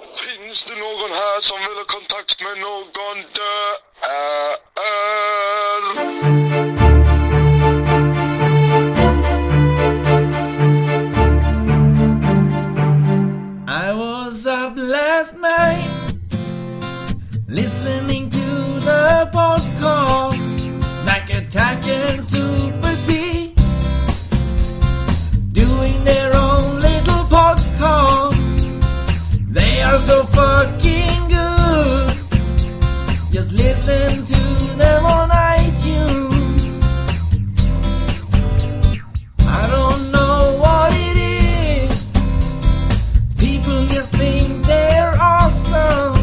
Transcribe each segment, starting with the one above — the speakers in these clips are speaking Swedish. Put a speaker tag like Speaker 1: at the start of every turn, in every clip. Speaker 1: Finns det någon här som vill ha kontakt med någon död?
Speaker 2: I was up last night listening to the podcast like Attack and Super C doing their own little podcast. They are so fucking good. Just listen to them on iTunes. I don't know what it is. People just think they're awesome.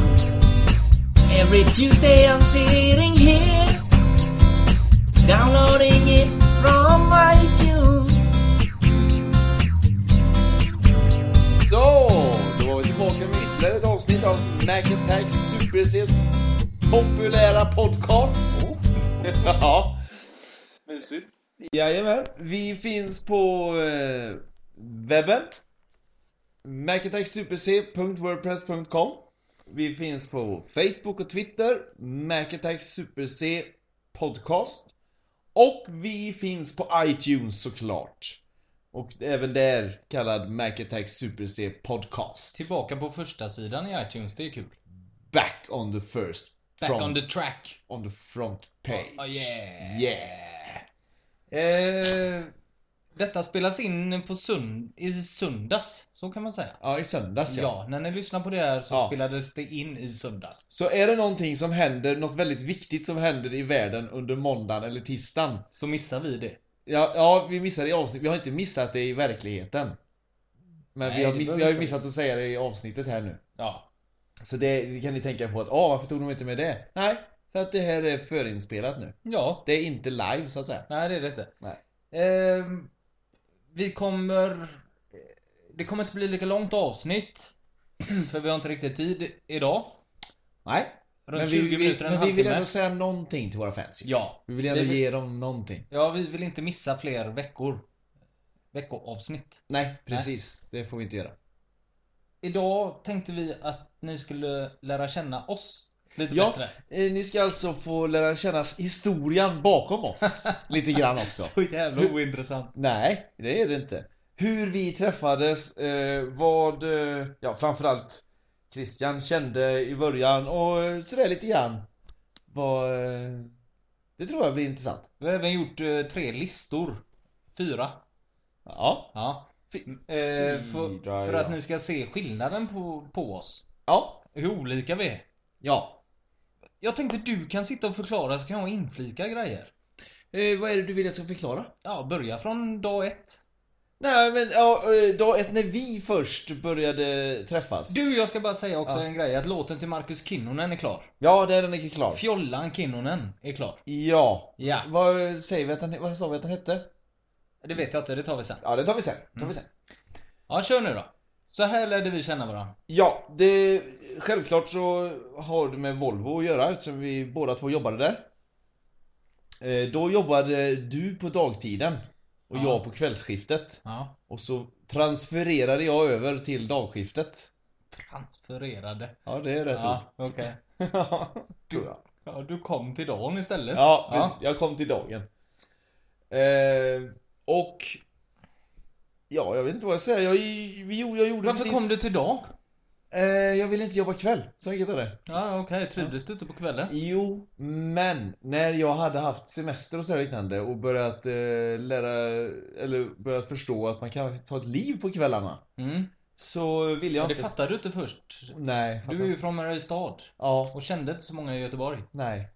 Speaker 2: Every Tuesday I'm sitting here, downloading it from iTunes.
Speaker 3: Så, då var vi tillbaka med ytterligare ett avsnitt av Mac Attack Super Cs populära podcast. ja.
Speaker 4: Oh. Mysigt.
Speaker 3: Jajamän. Vi finns på eh, webben. macattacksuperc.wordpress.com Vi finns på Facebook och Twitter. macattacksuperc podcast. Och vi finns på iTunes såklart. Och även där kallad Macattack Super C podcast.
Speaker 4: Tillbaka på första sidan i iTunes, det är kul.
Speaker 3: Back on the first
Speaker 4: Back
Speaker 3: front,
Speaker 4: on the track.
Speaker 3: on the front page.
Speaker 4: Oh, yeah.
Speaker 3: yeah. Eh,
Speaker 4: Detta spelas in på sund i söndags, så kan man säga.
Speaker 3: ja, i söndags ja.
Speaker 4: Ja, när ni lyssnar på det här så
Speaker 3: Ja.
Speaker 4: spelades det in i söndags.
Speaker 3: Så är det någonting som händer, något väldigt viktigt som händer i världen under måndagen eller tisdagen.
Speaker 4: Så missar vi det.
Speaker 3: Ja, ja vi missar det i avsnittet. Vi har inte missat det i verkligheten. Men
Speaker 4: Nej,
Speaker 3: vi, har
Speaker 4: det
Speaker 3: miss,
Speaker 4: behöver
Speaker 3: vi har ju
Speaker 4: inte.
Speaker 3: missat att säga det i avsnittet här nu.
Speaker 4: Ja.
Speaker 3: Så det kan ni tänka på att, ah, varför tog de inte med det? Nej, för att det här är förinspelat nu.
Speaker 4: Ja.
Speaker 3: Det är inte live så att säga.
Speaker 4: Nej, det är det inte.
Speaker 3: Nej.
Speaker 4: Ehm, vi kommer... Det kommer inte bli lika långt avsnitt. För vi har inte riktigt tid idag.
Speaker 3: Nej,
Speaker 4: Runt
Speaker 3: men
Speaker 4: 20
Speaker 3: vi, vi,
Speaker 4: minuter, en
Speaker 3: men vi vill
Speaker 4: halvtimme.
Speaker 3: ändå säga någonting till våra fans. ju.
Speaker 4: Ja.
Speaker 3: Vi vill ändå
Speaker 4: Vi vill-
Speaker 3: ge dem någonting.
Speaker 4: Ja, vi vill inte missa fler veckor. Veckoavsnitt.
Speaker 3: Nej, precis. Det får vi inte göra.
Speaker 4: Idag tänkte vi att ni skulle lära känna oss lite
Speaker 3: Ja.
Speaker 4: bättre.
Speaker 3: Eh, Ni ska alltså få lära känna historien bakom oss. lite grann också.
Speaker 4: Så jävla ointressant.
Speaker 3: Nej, det är det inte. Hur vi träffades, eh, vad, eh, ja framförallt Christian kände i början och eh, sådär lite grann. Vad, eh, det tror jag blir intressant.
Speaker 4: Vi har även gjort eh, tre listor. Fyra.
Speaker 3: Ja.
Speaker 4: Ja.
Speaker 3: Fy-
Speaker 4: Eh, för,
Speaker 3: Fyra,
Speaker 4: för att
Speaker 3: ja.
Speaker 4: ni ska se skillnaden på, på oss.
Speaker 3: Ja.
Speaker 4: Hur olika vi är.
Speaker 3: Ja.
Speaker 4: Jag tänkte du kan sitta och förklara så kan jag inflika grejer.
Speaker 3: Eh, vad är det du vill jag ska förklara?
Speaker 4: Ja, börja från dag ett.
Speaker 3: Nej men ja, eh, dag ett när vi först började träffas.
Speaker 4: Du, jag ska bara säga också
Speaker 3: Ja.
Speaker 4: en grej. Att låten till Marcus Kinnunen är klar.
Speaker 3: Ja, det är den inte klar.
Speaker 4: Fjollan Kinnunen är klar.
Speaker 3: Ja.
Speaker 4: Ja,
Speaker 3: Vad eh, säger vi att den, vad sa vi att den hette?
Speaker 4: det vet jag inte. Det tar vi sen.
Speaker 3: Ja, det tar vi sen. Tar vi
Speaker 4: Mm.
Speaker 3: sen.
Speaker 4: Ja, kör nu då. Så här lärde vi känna varandra.
Speaker 3: Ja, det, självklart så har det med Volvo att göra eftersom vi båda två jobbade där. Eh, Då jobbade du på dagtiden och
Speaker 4: Ja.
Speaker 3: jag på kvällsskiftet.
Speaker 4: Ja.
Speaker 3: Och så transfererade jag över till dagskiftet.
Speaker 4: Transfererade.
Speaker 3: Ja, det är rätt ord.
Speaker 4: Ja, okej.
Speaker 3: Tror jag.
Speaker 4: Ja, du kom till dagen istället.
Speaker 3: Ja,
Speaker 4: Ja.
Speaker 3: precis. Jag kom till dagen. Eh, och... Ja, jag vet inte vad jag säger. Jag, vi gjorde- jag gjorde
Speaker 4: Varför
Speaker 3: precis...
Speaker 4: kom du till dag?
Speaker 3: Eh, jag ville inte jobba kväll, så enkelt är det.
Speaker 4: Ja, okej. Trivdes du ute på kvällen?
Speaker 3: Jo, men när jag hade haft semester och så här liknande och börjat eh, lära, eller börjat förstå att man kan ta ett liv på kvällarna.
Speaker 4: Mm.
Speaker 3: Så ville jag
Speaker 4: Men det
Speaker 3: inte...
Speaker 4: fattade du inte först.
Speaker 3: Nej, fattar
Speaker 4: Du är ju
Speaker 3: inte.
Speaker 4: från Mariestad
Speaker 3: Ja,
Speaker 4: och kände inte så många i Göteborg.
Speaker 3: nej.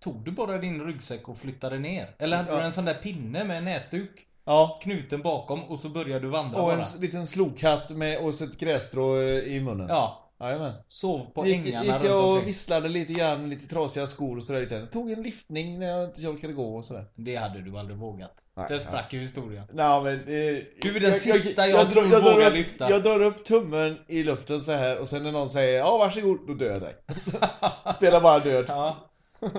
Speaker 4: Tog du bara din ryggsäck och flyttade ner? Eller hade
Speaker 3: Ja.
Speaker 4: du en sån där pinne med en näsduk
Speaker 3: Ja.
Speaker 4: knuten bakom och så började du vandra
Speaker 3: Och en
Speaker 4: bara?
Speaker 3: s- liten slokhatt med, och så ett grässtrå eh, i munnen.
Speaker 4: Ja,
Speaker 3: Jajamän.
Speaker 4: sov på
Speaker 3: gick,
Speaker 4: ängarna
Speaker 3: gick
Speaker 4: runt
Speaker 3: jag
Speaker 4: omkring.
Speaker 3: och visslade lite grann, lite trasiga skor och sådär. lite. Tog en lyftning när jag inte orkade gå och sådär.
Speaker 4: Det hade du aldrig vågat.
Speaker 3: Nej,
Speaker 4: Där sprack ju historien.
Speaker 3: Nej men... Eh,
Speaker 4: Du är den sista jag
Speaker 3: drar-
Speaker 4: tror vågar
Speaker 3: drar upp,
Speaker 4: lyfta.
Speaker 3: Jag drar upp tummen i luften så här och sen när någon säger ja varsågod, då dör jag dig. Spelar bara död.
Speaker 4: Ja.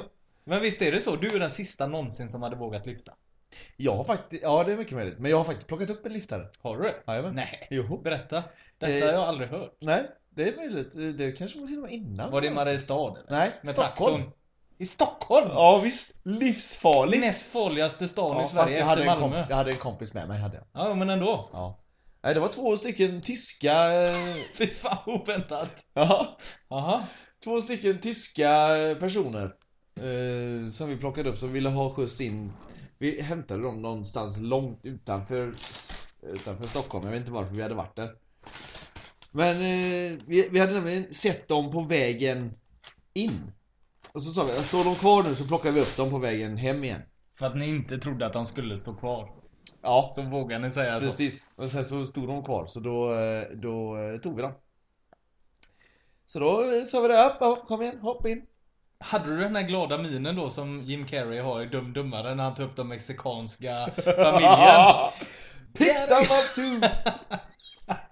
Speaker 4: Men visst är det så? Du är den sista någonsin som hade vågat lyfta.
Speaker 3: Jag har faktiskt, ja det är mycket möjligt, men jag har faktiskt plockat upp en lyftare.
Speaker 4: Har du det?
Speaker 3: Jajamän.
Speaker 4: Nej.
Speaker 3: Joho.
Speaker 4: Berätta. Detta
Speaker 3: Eh.
Speaker 4: har jag aldrig hört.
Speaker 3: Nej.
Speaker 5: Det är möjligt. Eh, Det kanske var till och med innan.
Speaker 4: Var det i Mariestad? eller?
Speaker 5: Nej,
Speaker 4: Med
Speaker 5: Stockholm.
Speaker 4: traktorn? I Stockholm?
Speaker 5: Ja visst, livsfarligt.
Speaker 4: Näst farligaste stan
Speaker 5: Ja,
Speaker 4: i
Speaker 5: fast
Speaker 4: Sverige
Speaker 5: jag, hade
Speaker 4: efter
Speaker 5: en komp-
Speaker 4: Malmö.
Speaker 5: jag hade en kompis med mig. Hade jag.
Speaker 4: Ja, men ändå.
Speaker 5: Ja. Nej, det var två stycken tyska... eh,
Speaker 4: Fy fan oväntat.
Speaker 5: ja,
Speaker 4: Jaha.
Speaker 5: två stycken tyska personer. Eh, som vi plockade upp som ville ha skjuts in. Vi hämtade dem någonstans långt utanför, utanför Stockholm. Jag vet inte varför vi hade varit där. Men eh, vi, vi hade nämligen sett dem på vägen in. Och så sa vi, står de kvar nu så plockar vi upp dem på vägen hem igen.
Speaker 4: För att ni inte trodde att han skulle stå kvar.
Speaker 5: Ja,
Speaker 4: Så vågar ni säga så.
Speaker 5: Precis. Och sen så stod de kvar, så då, eh, då eh, tog vi dem. Så då eh, sa vi det, upp, ja, kom igen, hopp in.
Speaker 4: Hade du den här glada minen då som Jim Carrey har i Dum Dummare när han tar upp den mexikanska familjen?
Speaker 5: Pick them up too!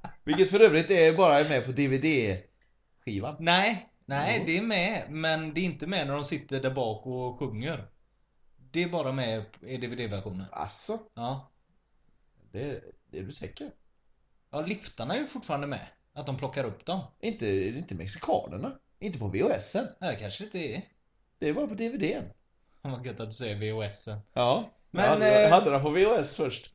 Speaker 5: Vilket för övrigt är bara med på DVD-skivan.
Speaker 4: nej, nej
Speaker 5: Jo.
Speaker 4: det är med. Men det är inte med när de sitter där bak och sjunger. Det är bara med i DVD-versionen.
Speaker 5: Alltså,
Speaker 4: Ja.
Speaker 5: det, det är du säker?
Speaker 4: ja, liftarna är ju fortfarande med. Att de plockar upp dem.
Speaker 5: Inte, det är inte mexikanerna? Inte på VHSen?
Speaker 4: Nej, det kanske inte är.
Speaker 5: Det är bara på DVDn.
Speaker 4: Fan, Vad gött att du säger VHSen.
Speaker 5: Ja,
Speaker 4: Men,
Speaker 5: men... Jag hade,
Speaker 4: eh,
Speaker 5: hade den på VHS först.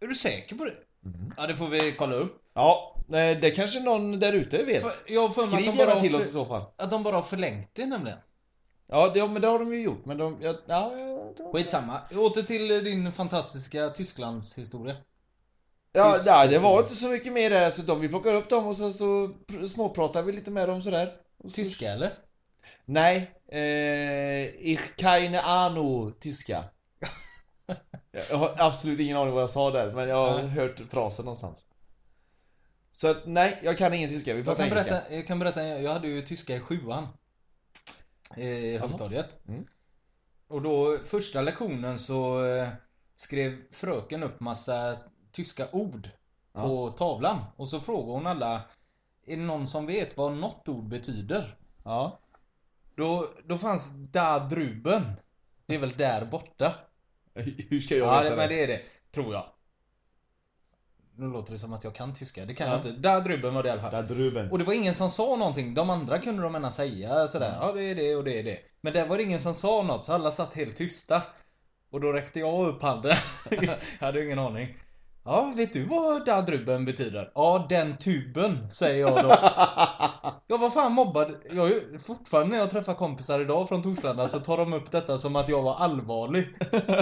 Speaker 4: Är du säker på det?
Speaker 5: Mm.
Speaker 4: Ja, det får vi kolla upp.
Speaker 5: Ja, eh, det kanske någon där ute vet.
Speaker 4: För- Jag har för mig
Speaker 5: Skriv
Speaker 4: att de, bara
Speaker 5: gärna
Speaker 4: har
Speaker 5: till
Speaker 4: för,
Speaker 5: oss i så fall.
Speaker 4: att de bara har förlängt det nämligen.
Speaker 5: Ja, det, men det har de ju gjort, men de... Ja, ja, ja,
Speaker 4: Skitsamma. Åter till din fantastiska Tysklandshistoria.
Speaker 5: ja,
Speaker 4: Tyst.
Speaker 5: ja, det var inte så mycket mer där, så de, vi plockar upp dem och så, så pr- småpratar vi lite med dem sådär. Och så-
Speaker 4: Tyska eller?
Speaker 5: Nej. Eh, ich keine Ahnung tyska. jag har absolut ingen aning vad jag sa där, men jag har
Speaker 4: Nej.
Speaker 5: hört frasen någonstans. Så att, nej, jag kan ingen tyska. Vi
Speaker 4: Jag
Speaker 5: pratar
Speaker 4: kan,
Speaker 5: engelska.
Speaker 4: berätta, jag kan berätta, jag hade ju tyska i sjuan. I högstadiet.
Speaker 5: Mm.
Speaker 4: Och då första lektionen så eh, skrev fröken upp massa tyska ord på tavlan. Och så frågade hon alla, är det någon som vet vad något ord betyder?
Speaker 5: Ja.
Speaker 4: Då, då fanns där druben. Det är väl där borta?
Speaker 5: Hur ska jag
Speaker 4: Ja,
Speaker 5: veta
Speaker 4: det, men
Speaker 5: det?
Speaker 4: det är det. Tror jag. Nu låter det som att jag kan tyska. Det kan jag
Speaker 5: Ja.
Speaker 4: inte. Där druben var det i alla fall.
Speaker 5: Där druben.
Speaker 4: Och det var ingen som sa någonting. De andra kunde de ena säga sådär.
Speaker 5: Mm.
Speaker 4: Ja, det är det och det är det. Men där var det ingen som sa något så alla satt helt tysta. Och då räckte jag upp handen. jag hade ingen aning. Ja, vet du vad där druben betyder? Ja, den tuben, säger jag då. Jag var fan mobbad. Jag, är ju- fortfarande när jag träffar kompisar idag från Torslanda så tar de upp detta som att jag var allvarlig.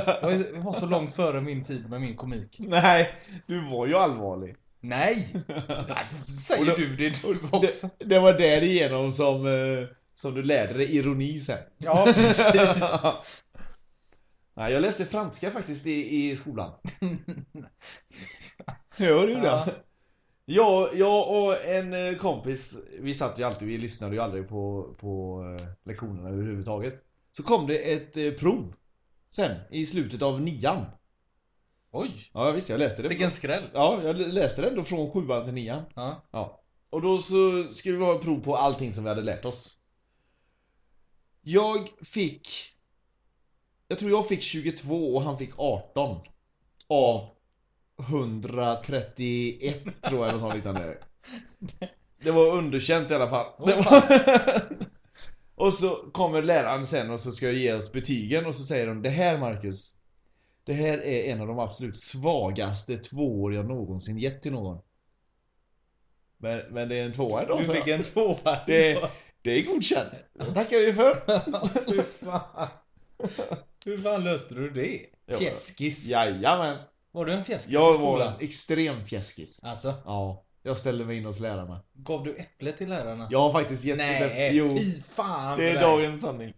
Speaker 4: Jag är- jag var så långt före min tid med min komik.
Speaker 5: Nej, du var ju allvarlig.
Speaker 4: Nej! Nej, Säger
Speaker 5: Och då-
Speaker 4: du det du också?
Speaker 5: Det, det var därigenom som, eh, som du lärde dig ironi sen.
Speaker 4: Ja, precis.
Speaker 5: Nej, jag läste franska faktiskt i, i skolan. Jo, det gjorde
Speaker 4: Ja.
Speaker 5: jag. jag. Jag och en eh, kompis, vi satt ju alltid, vi lyssnade ju aldrig på, på eh, lektionerna överhuvudtaget. Så kom det ett eh, prov sen, i slutet av nian.
Speaker 4: Oj!
Speaker 5: Ja, visst, jag läste det.
Speaker 4: Vilken skräll.
Speaker 5: Ja, jag läste det ändå från sjuan till nian.
Speaker 4: Ja.
Speaker 5: Ja. Och då så skulle vi ha prov på allting som vi hade lärt oss. Jag fick... Jag tror jag fick 22 och han fick 18. Av 131 tror jag eller något sånt liknande. Det var underkänt i alla fall.
Speaker 4: Åh,
Speaker 5: det var... och så kommer läraren sen och så ska jag ge oss betygen och så säger de Det här Marcus, det här är en av de absolut svagaste tvåor jag någonsin gett till någon. Men, men det är en tvåa ändå.
Speaker 4: Du
Speaker 5: sa jag.
Speaker 4: fick en tvåa.
Speaker 5: Det, det är godkänt. Det tackar vi för.
Speaker 4: Hur fan. Hur fan löste du det?
Speaker 5: Jag var-
Speaker 4: Fjäskis.
Speaker 5: Jajamän.
Speaker 4: Var du en fjäskis i
Speaker 5: Jag var
Speaker 4: skolan?
Speaker 5: en extrem fjäskis.
Speaker 4: Alltså,
Speaker 5: Ja, jag ställde mig in hos lärarna.
Speaker 4: gav du äpple till lärarna?
Speaker 5: Jag har faktiskt gett
Speaker 4: Nej,
Speaker 5: Jo,
Speaker 4: fy fan
Speaker 5: det
Speaker 4: för
Speaker 5: är
Speaker 4: dig.
Speaker 5: dagens sanning.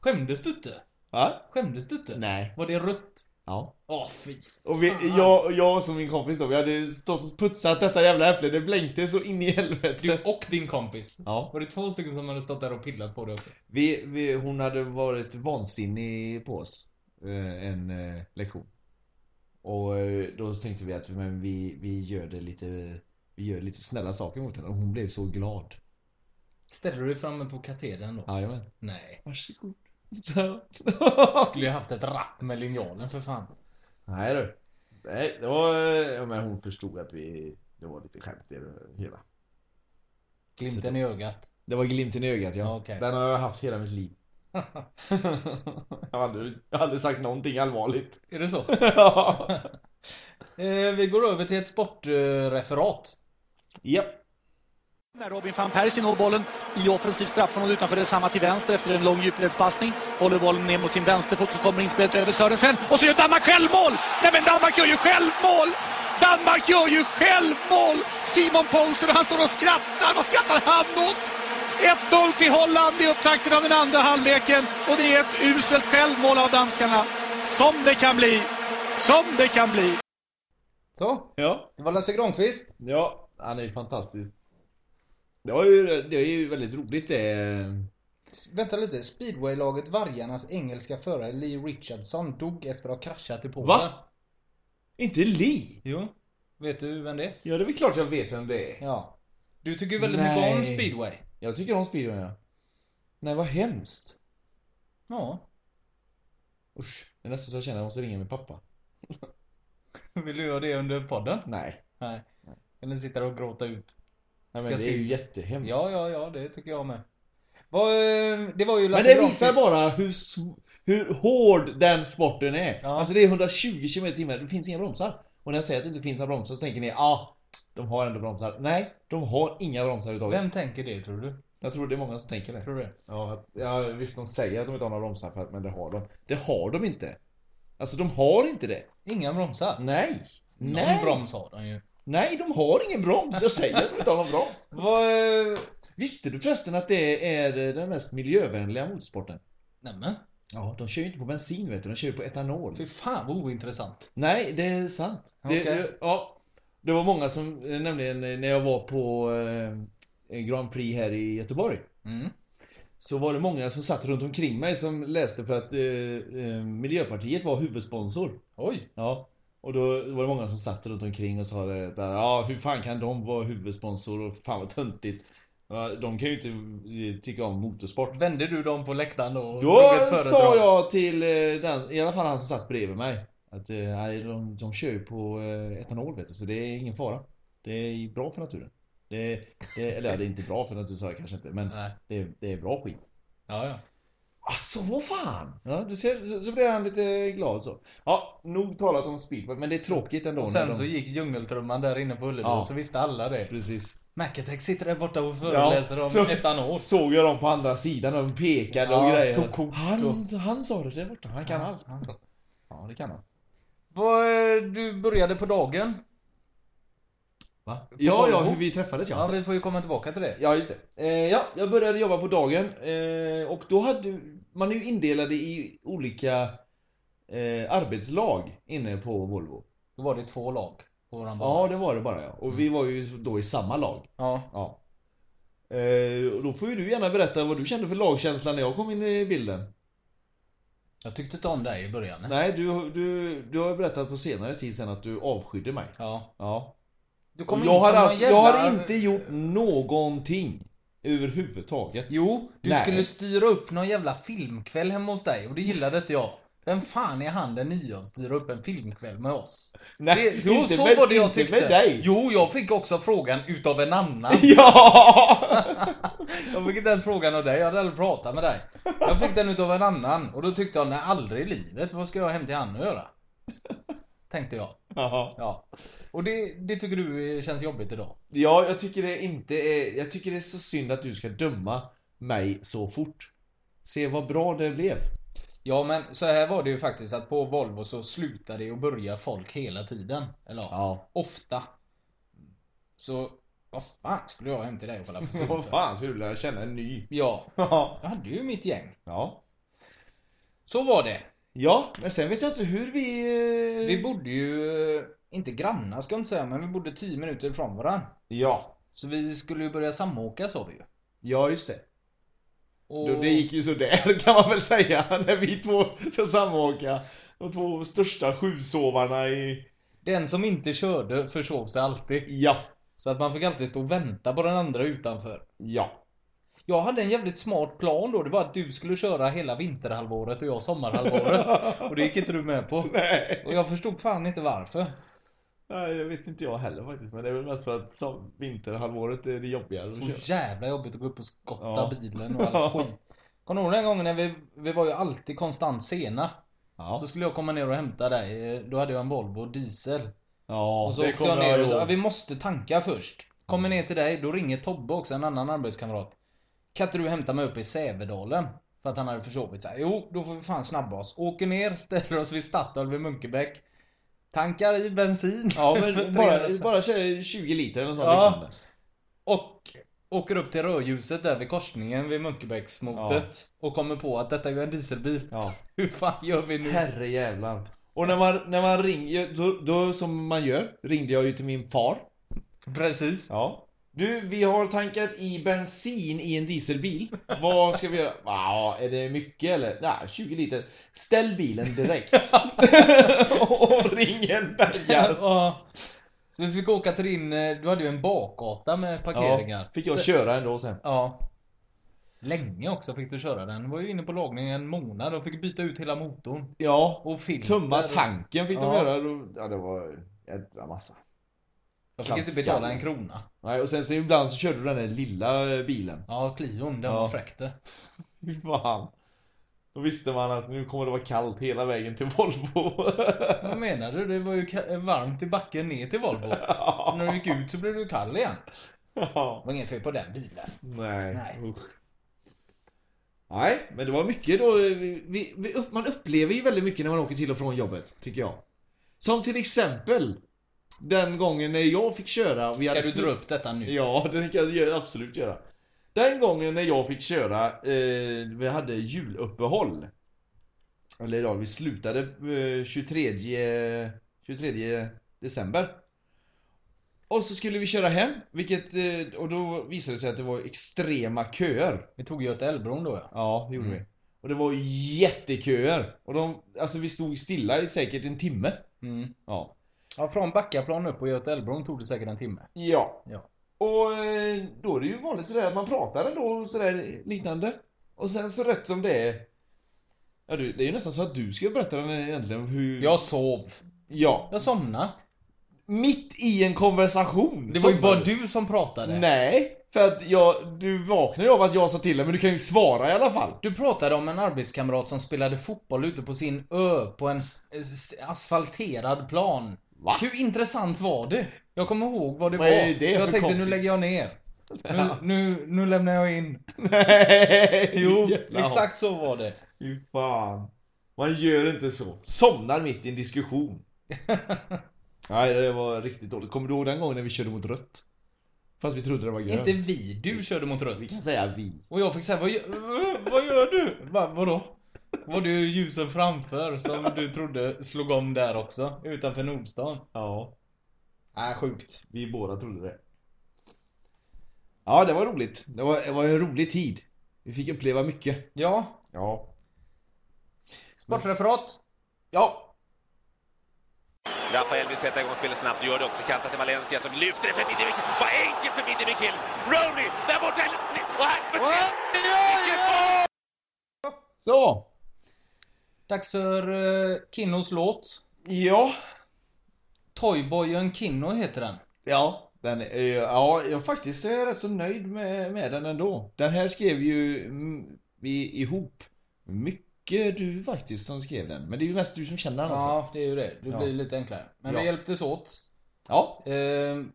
Speaker 4: Skämdes du inte?
Speaker 5: Va?
Speaker 4: Skämdes du inte?
Speaker 5: Nej.
Speaker 4: Var det rött?
Speaker 5: Ja.
Speaker 4: Åh fy fan.
Speaker 5: Och vi, jag, och jag som min kompis då, vi hade stått och putsat detta jävla äpple. Det blänkte så in i helvete.
Speaker 4: Du och din kompis.
Speaker 5: Ja.
Speaker 4: Var det två stycken som hade stått där och pillat på det också?
Speaker 5: Vi, vi, hon hade varit vansinnig på oss. eh, En eh, lektion. Och eh, då tänkte vi att men vi, vi gör det lite... Vi gör lite snälla saker mot henne och hon blev så glad.
Speaker 4: Ställde du dig framme på katedern då?
Speaker 5: Jajamän.
Speaker 4: Nej.
Speaker 5: Varsågod.
Speaker 4: Skulle jag haft ett rapp med linjalen för fan.
Speaker 5: Nej du. Nej, det var... eh, Ja, men hon förstod att vi... Det var lite skämt i det hela.
Speaker 4: Glimten i ögat.
Speaker 5: Det var glimten i ögat ja.
Speaker 4: Ja, okej.
Speaker 5: Den har jag haft hela mitt liv. jag, har aldrig, jag har aldrig sagt någonting allvarligt.
Speaker 4: Är det så?
Speaker 5: Ja.
Speaker 4: Eh, Vi går över till ett sportreferat.
Speaker 5: Japp.
Speaker 6: När Robin van Persie når bollen i offensiv straffområde utanför det samma till vänster efter en lång djupledspassning. Håller bollen ner mot sin vänsterfot så kommer inspelet över Sörensen. Och så gör Danmark självmål! Nej men Danmark gör ju självmål! Danmark gör ju självmål! Simon Paulsen han står och skrattar. Vad skrattar han åt? 1-0 till Holland i upptakten av den andra halvleken. Och det är ett uselt självmål av danskarna. Som det kan bli! Som det kan bli!
Speaker 4: Så,
Speaker 5: Ja.
Speaker 4: det var Lasse Granqvist.
Speaker 5: Ja, han är ju fantastisk. Det, var ju, det är ju väldigt roligt det.
Speaker 4: S- Vänta lite, speedwaylaget Vargarnas engelska förare Lee Richardson dog efter att ha kraschat i Polen.
Speaker 5: Va? Inte Li?
Speaker 4: Jo. Vet du vem det är?
Speaker 5: Ja, det är väl klart jag vet vem det är.
Speaker 4: Ja. Du tycker väldigt
Speaker 5: Nej.
Speaker 4: mycket om speedway.
Speaker 5: Jag tycker om Speedway. ja. Nej, vad hemskt.
Speaker 4: Ja.
Speaker 5: Usch, det är nästan så jag känner att jag måste ringa min pappa.
Speaker 4: Vill du göra det under podden?
Speaker 5: Nej.
Speaker 4: Nej. Eller sitta och gråta ut. Ska
Speaker 5: Nej men det
Speaker 4: se.
Speaker 5: är ju jättehemskt.
Speaker 4: Ja, ja, ja, det tycker jag med. Vad, eh, det var ju
Speaker 5: Men
Speaker 4: Lasse
Speaker 5: det visar
Speaker 4: Granqvist.
Speaker 5: bara hur, sv- hur hård den sporten är.
Speaker 4: Ja.
Speaker 5: Alltså det är 120 km i timmen, det finns inga bromsar. Och när jag säger att det inte finns några bromsar så tänker ni ja, ah, de har ändå bromsar. Nej, de har inga bromsar överhuvudtaget.
Speaker 4: Vem tänker det tror du?
Speaker 5: Jag tror det är många som tänker det.
Speaker 4: Tror du det?
Speaker 5: Ja, att- ja visst de säger att de inte har några bromsar, för- men det har de. Det har de inte. Alltså de har inte det.
Speaker 4: Inga bromsar.
Speaker 5: Nej.
Speaker 4: Någon
Speaker 5: Nej.
Speaker 4: broms har de ju.
Speaker 5: Nej, de har ingen broms. Jag säger att de inte har någon broms.
Speaker 4: Vad... eh,
Speaker 5: Visste du förresten att det är den mest miljövänliga motorsporten?
Speaker 4: Nämen.
Speaker 5: Ja, de kör ju inte på bensin vet du, de kör ju på etanol.
Speaker 4: Fy fan vad ointressant.
Speaker 5: Nej, det är sant. Det,
Speaker 4: Okej.
Speaker 5: det, ja, det var många som, eh, nämligen eh, när jag var på eh, Grand Prix här i Göteborg.
Speaker 4: Mm.
Speaker 5: Så var det många som satt runt omkring mig som läste för att eh, eh, Miljöpartiet var huvudsponsor.
Speaker 4: Oj.
Speaker 5: Ja. Och då var det många som satt runt omkring och sa det där, ja hur fan kan de vara huvudsponsor och fan vad töntigt. Ja, De kan ju inte eh, tycka om motorsport.
Speaker 4: Vände du dem på läktaren då? och drog
Speaker 5: Då
Speaker 4: ett föredrag?
Speaker 5: sa jag till eh, den, i alla fall han som satt bredvid mig att eh, nej, de, de kör ju på eh, etanol vet du, så det är ingen fara. Det är bra för naturen. Det, det, eller ja, det är inte bra för naturen sa jag kanske inte, men
Speaker 4: Nej.
Speaker 5: det, det är bra skit.
Speaker 4: Ja, ja.
Speaker 5: Alltså vad fan! Ja, du ser, så, så blir han lite glad så. Ja, nog talat om speedway, men det är tråkigt ändå.
Speaker 4: Och
Speaker 5: när
Speaker 4: sen
Speaker 5: de...
Speaker 4: så gick djungeltrumman där inne på Ullevi
Speaker 5: Ja.
Speaker 4: och så visste alla det.
Speaker 5: Precis.
Speaker 4: Macatek sitter där borta och föreläser om
Speaker 5: så-
Speaker 4: etanol.
Speaker 5: Såg jag dem på andra sidan, de pekade och
Speaker 4: Ja,
Speaker 5: grejer.
Speaker 4: tog kort
Speaker 5: han,
Speaker 4: och-
Speaker 5: han sa det där borta, han kan
Speaker 4: Ja,
Speaker 5: allt.
Speaker 4: ja.
Speaker 5: Ja, det kan han.
Speaker 4: Vad, eh, Du började på dagen.
Speaker 5: Va? Ja, ja,
Speaker 4: Volvo?
Speaker 5: hur vi träffades
Speaker 4: Ja, vi får ju komma tillbaka till det.
Speaker 5: Ja, just det. Eh, ja, jag började jobba på dagen eh, och då hade man är ju indelade i olika eh, arbetslag inne på Volvo.
Speaker 4: Då var det två lag på våran bana.
Speaker 5: Ja, det var det bara ja. Och vi var ju då i samma lag.
Speaker 4: Ja.
Speaker 5: Ja. Eh, och då får ju du gärna berätta vad du kände för lagkänsla när jag kom in i bilden.
Speaker 4: Jag tyckte inte om dig i början.
Speaker 5: Nej, du, du, du har ju berättat på senare tid sen att du avskydde mig.
Speaker 4: Ja.
Speaker 5: Ja.
Speaker 4: Du
Speaker 5: Och
Speaker 4: kom in
Speaker 5: jag, har
Speaker 4: som någon
Speaker 5: alltså,
Speaker 4: jävla...
Speaker 5: jag har inte gjort någonting överhuvudtaget.
Speaker 4: Jo, du
Speaker 5: Nej.
Speaker 4: skulle styra upp någon jävla filmkväll hemma hos dig och det gillade inte jag. Vem fan är han den nya att styra upp en filmkväll med oss?
Speaker 5: Nej,
Speaker 4: Det, jo,
Speaker 5: inte
Speaker 4: så
Speaker 5: med,
Speaker 4: var det jag
Speaker 5: inte
Speaker 4: tyckte.
Speaker 5: med dig.
Speaker 4: Jo, jag fick också frågan utav en annan.
Speaker 5: Ja!
Speaker 4: Jag fick inte ens frågan av dig, jag hade aldrig pratat med dig. Jag fick den utav en annan och då tyckte jag, nej aldrig i livet, vad ska jag hem till han och göra? Tänkte jag.
Speaker 5: ja,
Speaker 4: Ja. Och det, det tycker du eh, känns jobbigt idag?
Speaker 5: jag tycker det inte är, jag tycker det är så synd att du ska döma mig så fort. Se vad bra det blev.
Speaker 4: Ja men så här var det ju faktiskt att på Volvo så slutade och började folk hela tiden. Eller ja,
Speaker 5: Ja.
Speaker 4: ofta. Så vad fan skulle jag hem till dig och kolla på film
Speaker 5: Vad
Speaker 4: för?
Speaker 5: fan skulle du lära känna en ny?
Speaker 4: Ja,
Speaker 5: ja.
Speaker 4: jag hade ju mitt gäng.
Speaker 5: Ja.
Speaker 4: Så var det.
Speaker 5: Ja, men sen vet jag inte hur vi... eh,
Speaker 4: Vi bodde ju, eh, inte grannar ska jag inte säga, men vi bodde 10 minuter ifrån varandra.
Speaker 5: Ja.
Speaker 4: Så vi skulle ju börja samåka sa vi ju.
Speaker 5: Ja, just det.
Speaker 4: Och...
Speaker 5: Då, det gick ju sådär kan man väl säga när vi två ska samåka. De två största sjusovarna i...
Speaker 4: Den som inte körde försov sig alltid.
Speaker 5: Ja.
Speaker 4: Så att man fick alltid stå och vänta på den andra utanför.
Speaker 5: Ja.
Speaker 4: Jag hade en jävligt smart plan då. Det var att du skulle köra hela vinterhalvåret och jag sommarhalvåret. och det gick inte du med på.
Speaker 5: Nej.
Speaker 4: Och jag förstod fan inte varför.
Speaker 5: Nej, det vet inte jag heller faktiskt. Men det är väl mest för att som vinterhalvåret är det jobbigare att köra.
Speaker 4: Så jävla jobbigt att gå upp och skotta
Speaker 5: Ja.
Speaker 4: bilen och all skit. Kommer du ihåg den gången när vi, vi var ju alltid konstant sena?
Speaker 5: Ja,
Speaker 4: Så skulle jag komma ner och hämta dig. eh, Då hade jag en Volvo diesel.
Speaker 5: ja
Speaker 4: Och så
Speaker 5: det
Speaker 4: åkte jag
Speaker 5: kommer jag
Speaker 4: ner och sa
Speaker 5: ihåg. Mm.
Speaker 4: "Ja, vi måste tanka först. Kommer ner till dig, då ringer Tobbe också, en annan arbetskamrat. Kan inte du hämta mig uppe i Sävedalen? För att han hade försovit sig. Jo, då får vi fan snabba oss. Åker ner, ställer oss vid Statoil vid Munkebäck. Tankar i bensin.
Speaker 5: Ja,
Speaker 4: För
Speaker 5: men bara,
Speaker 4: 300.
Speaker 5: bara kör 20 liter eller något sånt
Speaker 4: Ja.
Speaker 5: liknande.
Speaker 4: Och åker upp till rödljuset där vid korsningen vid Munkebäcksmotet. Och kommer på att detta är ju en dieselbil.
Speaker 5: Ja.
Speaker 4: Hur fan gör vi nu?
Speaker 5: Herre jävlar. Och när man, när man ringer, då, då som man gör, ringde jag ju till min far.
Speaker 4: Precis.
Speaker 5: Ja. Du, vi har tankat i bensin i en dieselbil. Vad ska vi göra? Ja, är det mycket eller? Nej, 20 liter. Ställ bilen direkt. och ring en bärgare.
Speaker 4: Ja. Så vi fick åka till din, eh, du hade ju en bakgata med parkeringar.
Speaker 5: Ja, fick jag köra ändå sen.
Speaker 4: Ja. Länge också fick du köra den. Var ju inne på lagning i en månad och fick byta ut hela motorn.
Speaker 5: Ja,
Speaker 4: Och filter.
Speaker 5: tumma tanken fick de
Speaker 4: Ja.
Speaker 5: göra. Då- Ja, det var jädra massa.
Speaker 4: Jag fick inte betala en krona.
Speaker 5: Nej, och sen så ibland så körde du den där lilla eh, bilen.
Speaker 4: Ja, Clion, den
Speaker 5: Ja.
Speaker 4: var fräck det.
Speaker 5: Fy fan. Då visste man att nu kommer det vara kallt hela vägen till Volvo.
Speaker 4: Vad menar du? Det var ju ka- varmt i backen ner till Volvo. Och när du gick ut så blev du kall igen. Det var inget fel på den bilen.
Speaker 5: Nej,
Speaker 4: Nej.
Speaker 5: usch. Nej, men det var mycket då. Vi, vi, vi, upp- man upplever ju väldigt mycket när man åker till och från jobbet, tycker jag. Som till exempel den gången när jag fick köra. och Vi
Speaker 4: Ska
Speaker 5: hade
Speaker 4: du
Speaker 5: slu-
Speaker 4: dra upp detta nu?
Speaker 5: Ja, det kan jag absolut göra. Den gången när jag fick köra, eh, vi hade juluppehåll. Eller ja, vi slutade eh, 23, 23 december. Och så skulle vi köra hem, vilket, eh, och då visade det sig att det var extrema köer.
Speaker 4: Vi tog Götaälvbron då ja.
Speaker 5: Ja, det gjorde
Speaker 4: Mm.
Speaker 5: vi. Och det var jätteköer. Och de, alltså vi stod stilla i säkert en timme.
Speaker 4: Mm.
Speaker 5: Ja.
Speaker 4: Ja, från Backaplan upp på Götaälvbron tog det säkert en timme.
Speaker 5: Mm. Ja.
Speaker 4: Ja.
Speaker 5: Och eh, då är det ju vanligt sådär att man pratar ändå och sådär liknande. Och sen så rätt som det är... Ja, du, det är ju nästan så att du ska berätta den egentligen hur...
Speaker 4: Jag sov.
Speaker 5: ja.
Speaker 4: Jag somnade.
Speaker 5: Mitt i en konversation!
Speaker 4: Det var ju bara
Speaker 5: somnade
Speaker 4: du som pratade.
Speaker 5: Nej, för att jag, du vaknade ju av att jag sa till dig, men du kan ju svara i alla fall.
Speaker 4: Du pratade om en arbetskamrat som spelade fotboll ute på sin ö på en s- s- asfalterad plan.
Speaker 5: Va?
Speaker 4: Hur intressant var det? Jag kommer ihåg vad det
Speaker 5: Vad
Speaker 4: var.
Speaker 5: är det
Speaker 4: jag
Speaker 5: för
Speaker 4: tänkte nu
Speaker 5: kompis?
Speaker 4: lägger jag ner. Nu, nu, nu lämnar jag in.
Speaker 5: Nej!
Speaker 4: Jo,
Speaker 5: jävla hat.
Speaker 4: exakt så var det.
Speaker 5: Fy fan. Man gör inte så. Somnar mitt i en diskussion. Nej, det var riktigt dåligt. Kommer du ihåg den gången när vi körde mot rött? Fast vi trodde det var grönt.
Speaker 4: Inte vi, du körde mot
Speaker 5: Vi
Speaker 4: rött.
Speaker 5: kan säga vi.
Speaker 4: Och jag fick säga, vad, gö- Eh, vad gör du? Va, vadå? Var det ju ljusen framför som du trodde slog om där också? Utanför Nordstan?
Speaker 5: Ja,
Speaker 4: Äh, sjukt.
Speaker 5: vi båda trodde det. Ja, det var roligt. Det var, det var en rolig tid. Vi fick uppleva mycket.
Speaker 4: Ja,
Speaker 5: Ja.
Speaker 4: sportreferat.
Speaker 5: Ja.
Speaker 7: Rafael vill sätta igång spelet snabbt, gör det också. Kastar till Valencia som lyfter det förbi Dimitri. Vad enkelt förbi Dimitri. Rooney, där borta! Och här! Vilket mål!
Speaker 5: Så.
Speaker 4: Dags för uh, Kinnos låt.
Speaker 5: Ja.
Speaker 4: Toyboyen Kinno heter den.
Speaker 5: Ja. Den, är- eh, ja, jag faktiskt är rätt så nöjd med, med den ändå. Den här skrev ju mm, vi ihop. Mycket du faktiskt som skrev den. Men det är ju mest du som känner den också.
Speaker 4: Ja, det är ju det. Det
Speaker 5: Ja.
Speaker 4: blir lite enklare. Men
Speaker 5: Ja.
Speaker 4: vi hjälptes åt.
Speaker 5: Ja.
Speaker 4: Ehm,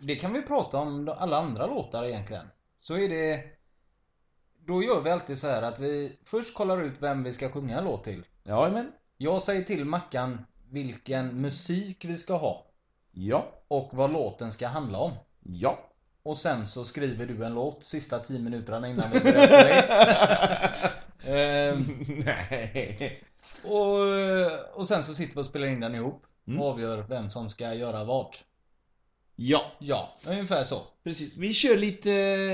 Speaker 4: det kan vi prata om de- alla andra låtar egentligen. Så är det... Då gör vi alltid så här att vi först kollar ut vem vi ska sjunga en låt till.
Speaker 5: Ja, men.
Speaker 4: Jag säger till Mackan vilken musik vi ska ha
Speaker 5: Ja.
Speaker 4: och vad låten ska handla om.
Speaker 5: Ja.
Speaker 4: Och sen så skriver du en låt sista 10 minuterna innan vi börjar spela in. Ehm,
Speaker 5: Nej.
Speaker 4: Och, och sen så sitter vi och spelar in den ihop
Speaker 5: Mm.
Speaker 4: och avgör vem som ska göra vad.
Speaker 5: Ja,
Speaker 4: Ja, ungefär så.
Speaker 5: precis. Vi kör lite,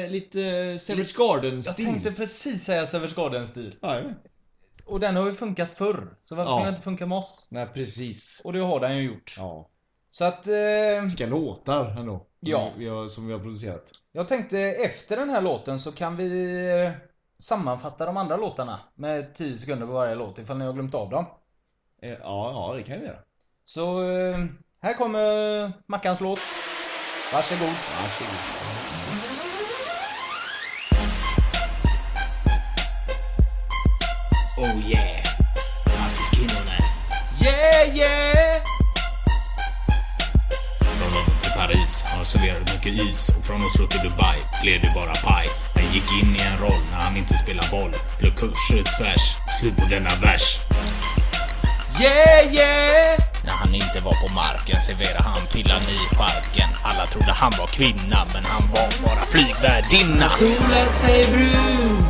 Speaker 5: lite Savage Garden-stil.
Speaker 4: Jag tänkte precis säga Severs Garden-stil.
Speaker 5: Ja,
Speaker 4: Och den har ju funkat förr. Så varför
Speaker 5: Ja.
Speaker 4: ska den inte funka med oss?
Speaker 5: Nej, precis.
Speaker 4: Och det har den ju gjort.
Speaker 5: Ja.
Speaker 4: Så att eh,
Speaker 5: Vilka låtar ändå.
Speaker 4: Ja.
Speaker 5: Som vi har, som vi har producerat.
Speaker 4: jag tänkte efter den här låten så kan vi eh, sammanfatta de andra låtarna med 10 sekunder på varje låt ifall ni har glömt av dem.
Speaker 5: Eh, Ja, ja, det kan vi göra.
Speaker 4: Så eh, Här kommer Mackans låt. Varsågod.
Speaker 8: Oh yeah! Marcus-kvinnorna.
Speaker 4: Yeah, yeah!
Speaker 8: Från London till Paris har han serverat mycket is och från Oslo till Dubai blev det bara paj. Han gick in i en roll när han inte spelar boll. Blev kurser i tvärs, slut på denna vers.
Speaker 4: Yeah, yeah!
Speaker 8: När han inte var på marken serverade han pillan i parken. Alla trodde han var kvinna, men han var bara flygvärdinna.
Speaker 3: Solen sig brun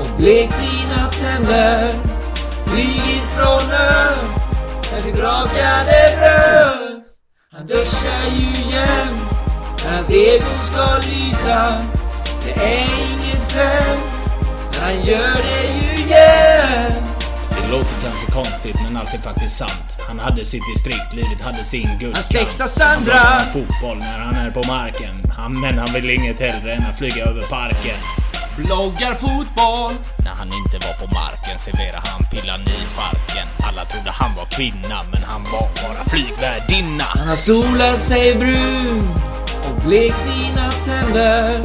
Speaker 3: och blek sina tänder. Flyg in från öst med sitt rakade bröst. Han duschar ju jämt när hans ego ska lysa. Det är inget skämt, men han gör det ju jämt.
Speaker 8: Det låter kanske konstigt, men allt är faktiskt sant. Han hade sitt distrikt, livet hade sin guldkant.
Speaker 3: Han sexar Sandra.
Speaker 8: Han pratar fotboll när han är på marken. Han, men han vill inget hellre än att flyga över parken.
Speaker 4: Bloggar fotboll.
Speaker 8: När han inte var på marken serverade han pillan i parken. Alla trodde han var kvinna, men han var bara flygvärdinna.
Speaker 3: Han har solat sig brun och blekt sina tänder.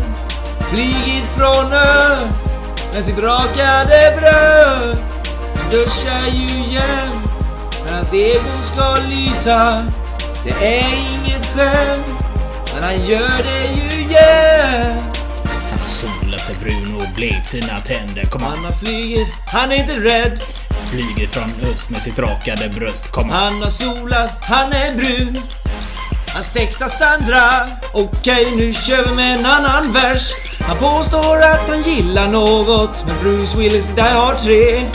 Speaker 3: Flygit från öst med sitt rakade bröst. Han duschar ju jämt när hans ego ska lysa. Det är inget skämt, men han gör det ju jämt.
Speaker 8: Han har solat sig brun och blekt sina tänder. Kom han
Speaker 3: Han har flugit, han är inte rädd.
Speaker 8: flyger från öst med sitt rakade bröst. Kom han
Speaker 3: Han har solat, han är brun. Han sexar Sandra. Okej, nu kör vi med en annan vers. Han påstår att han gillar något, men Bruce Willis där har tre.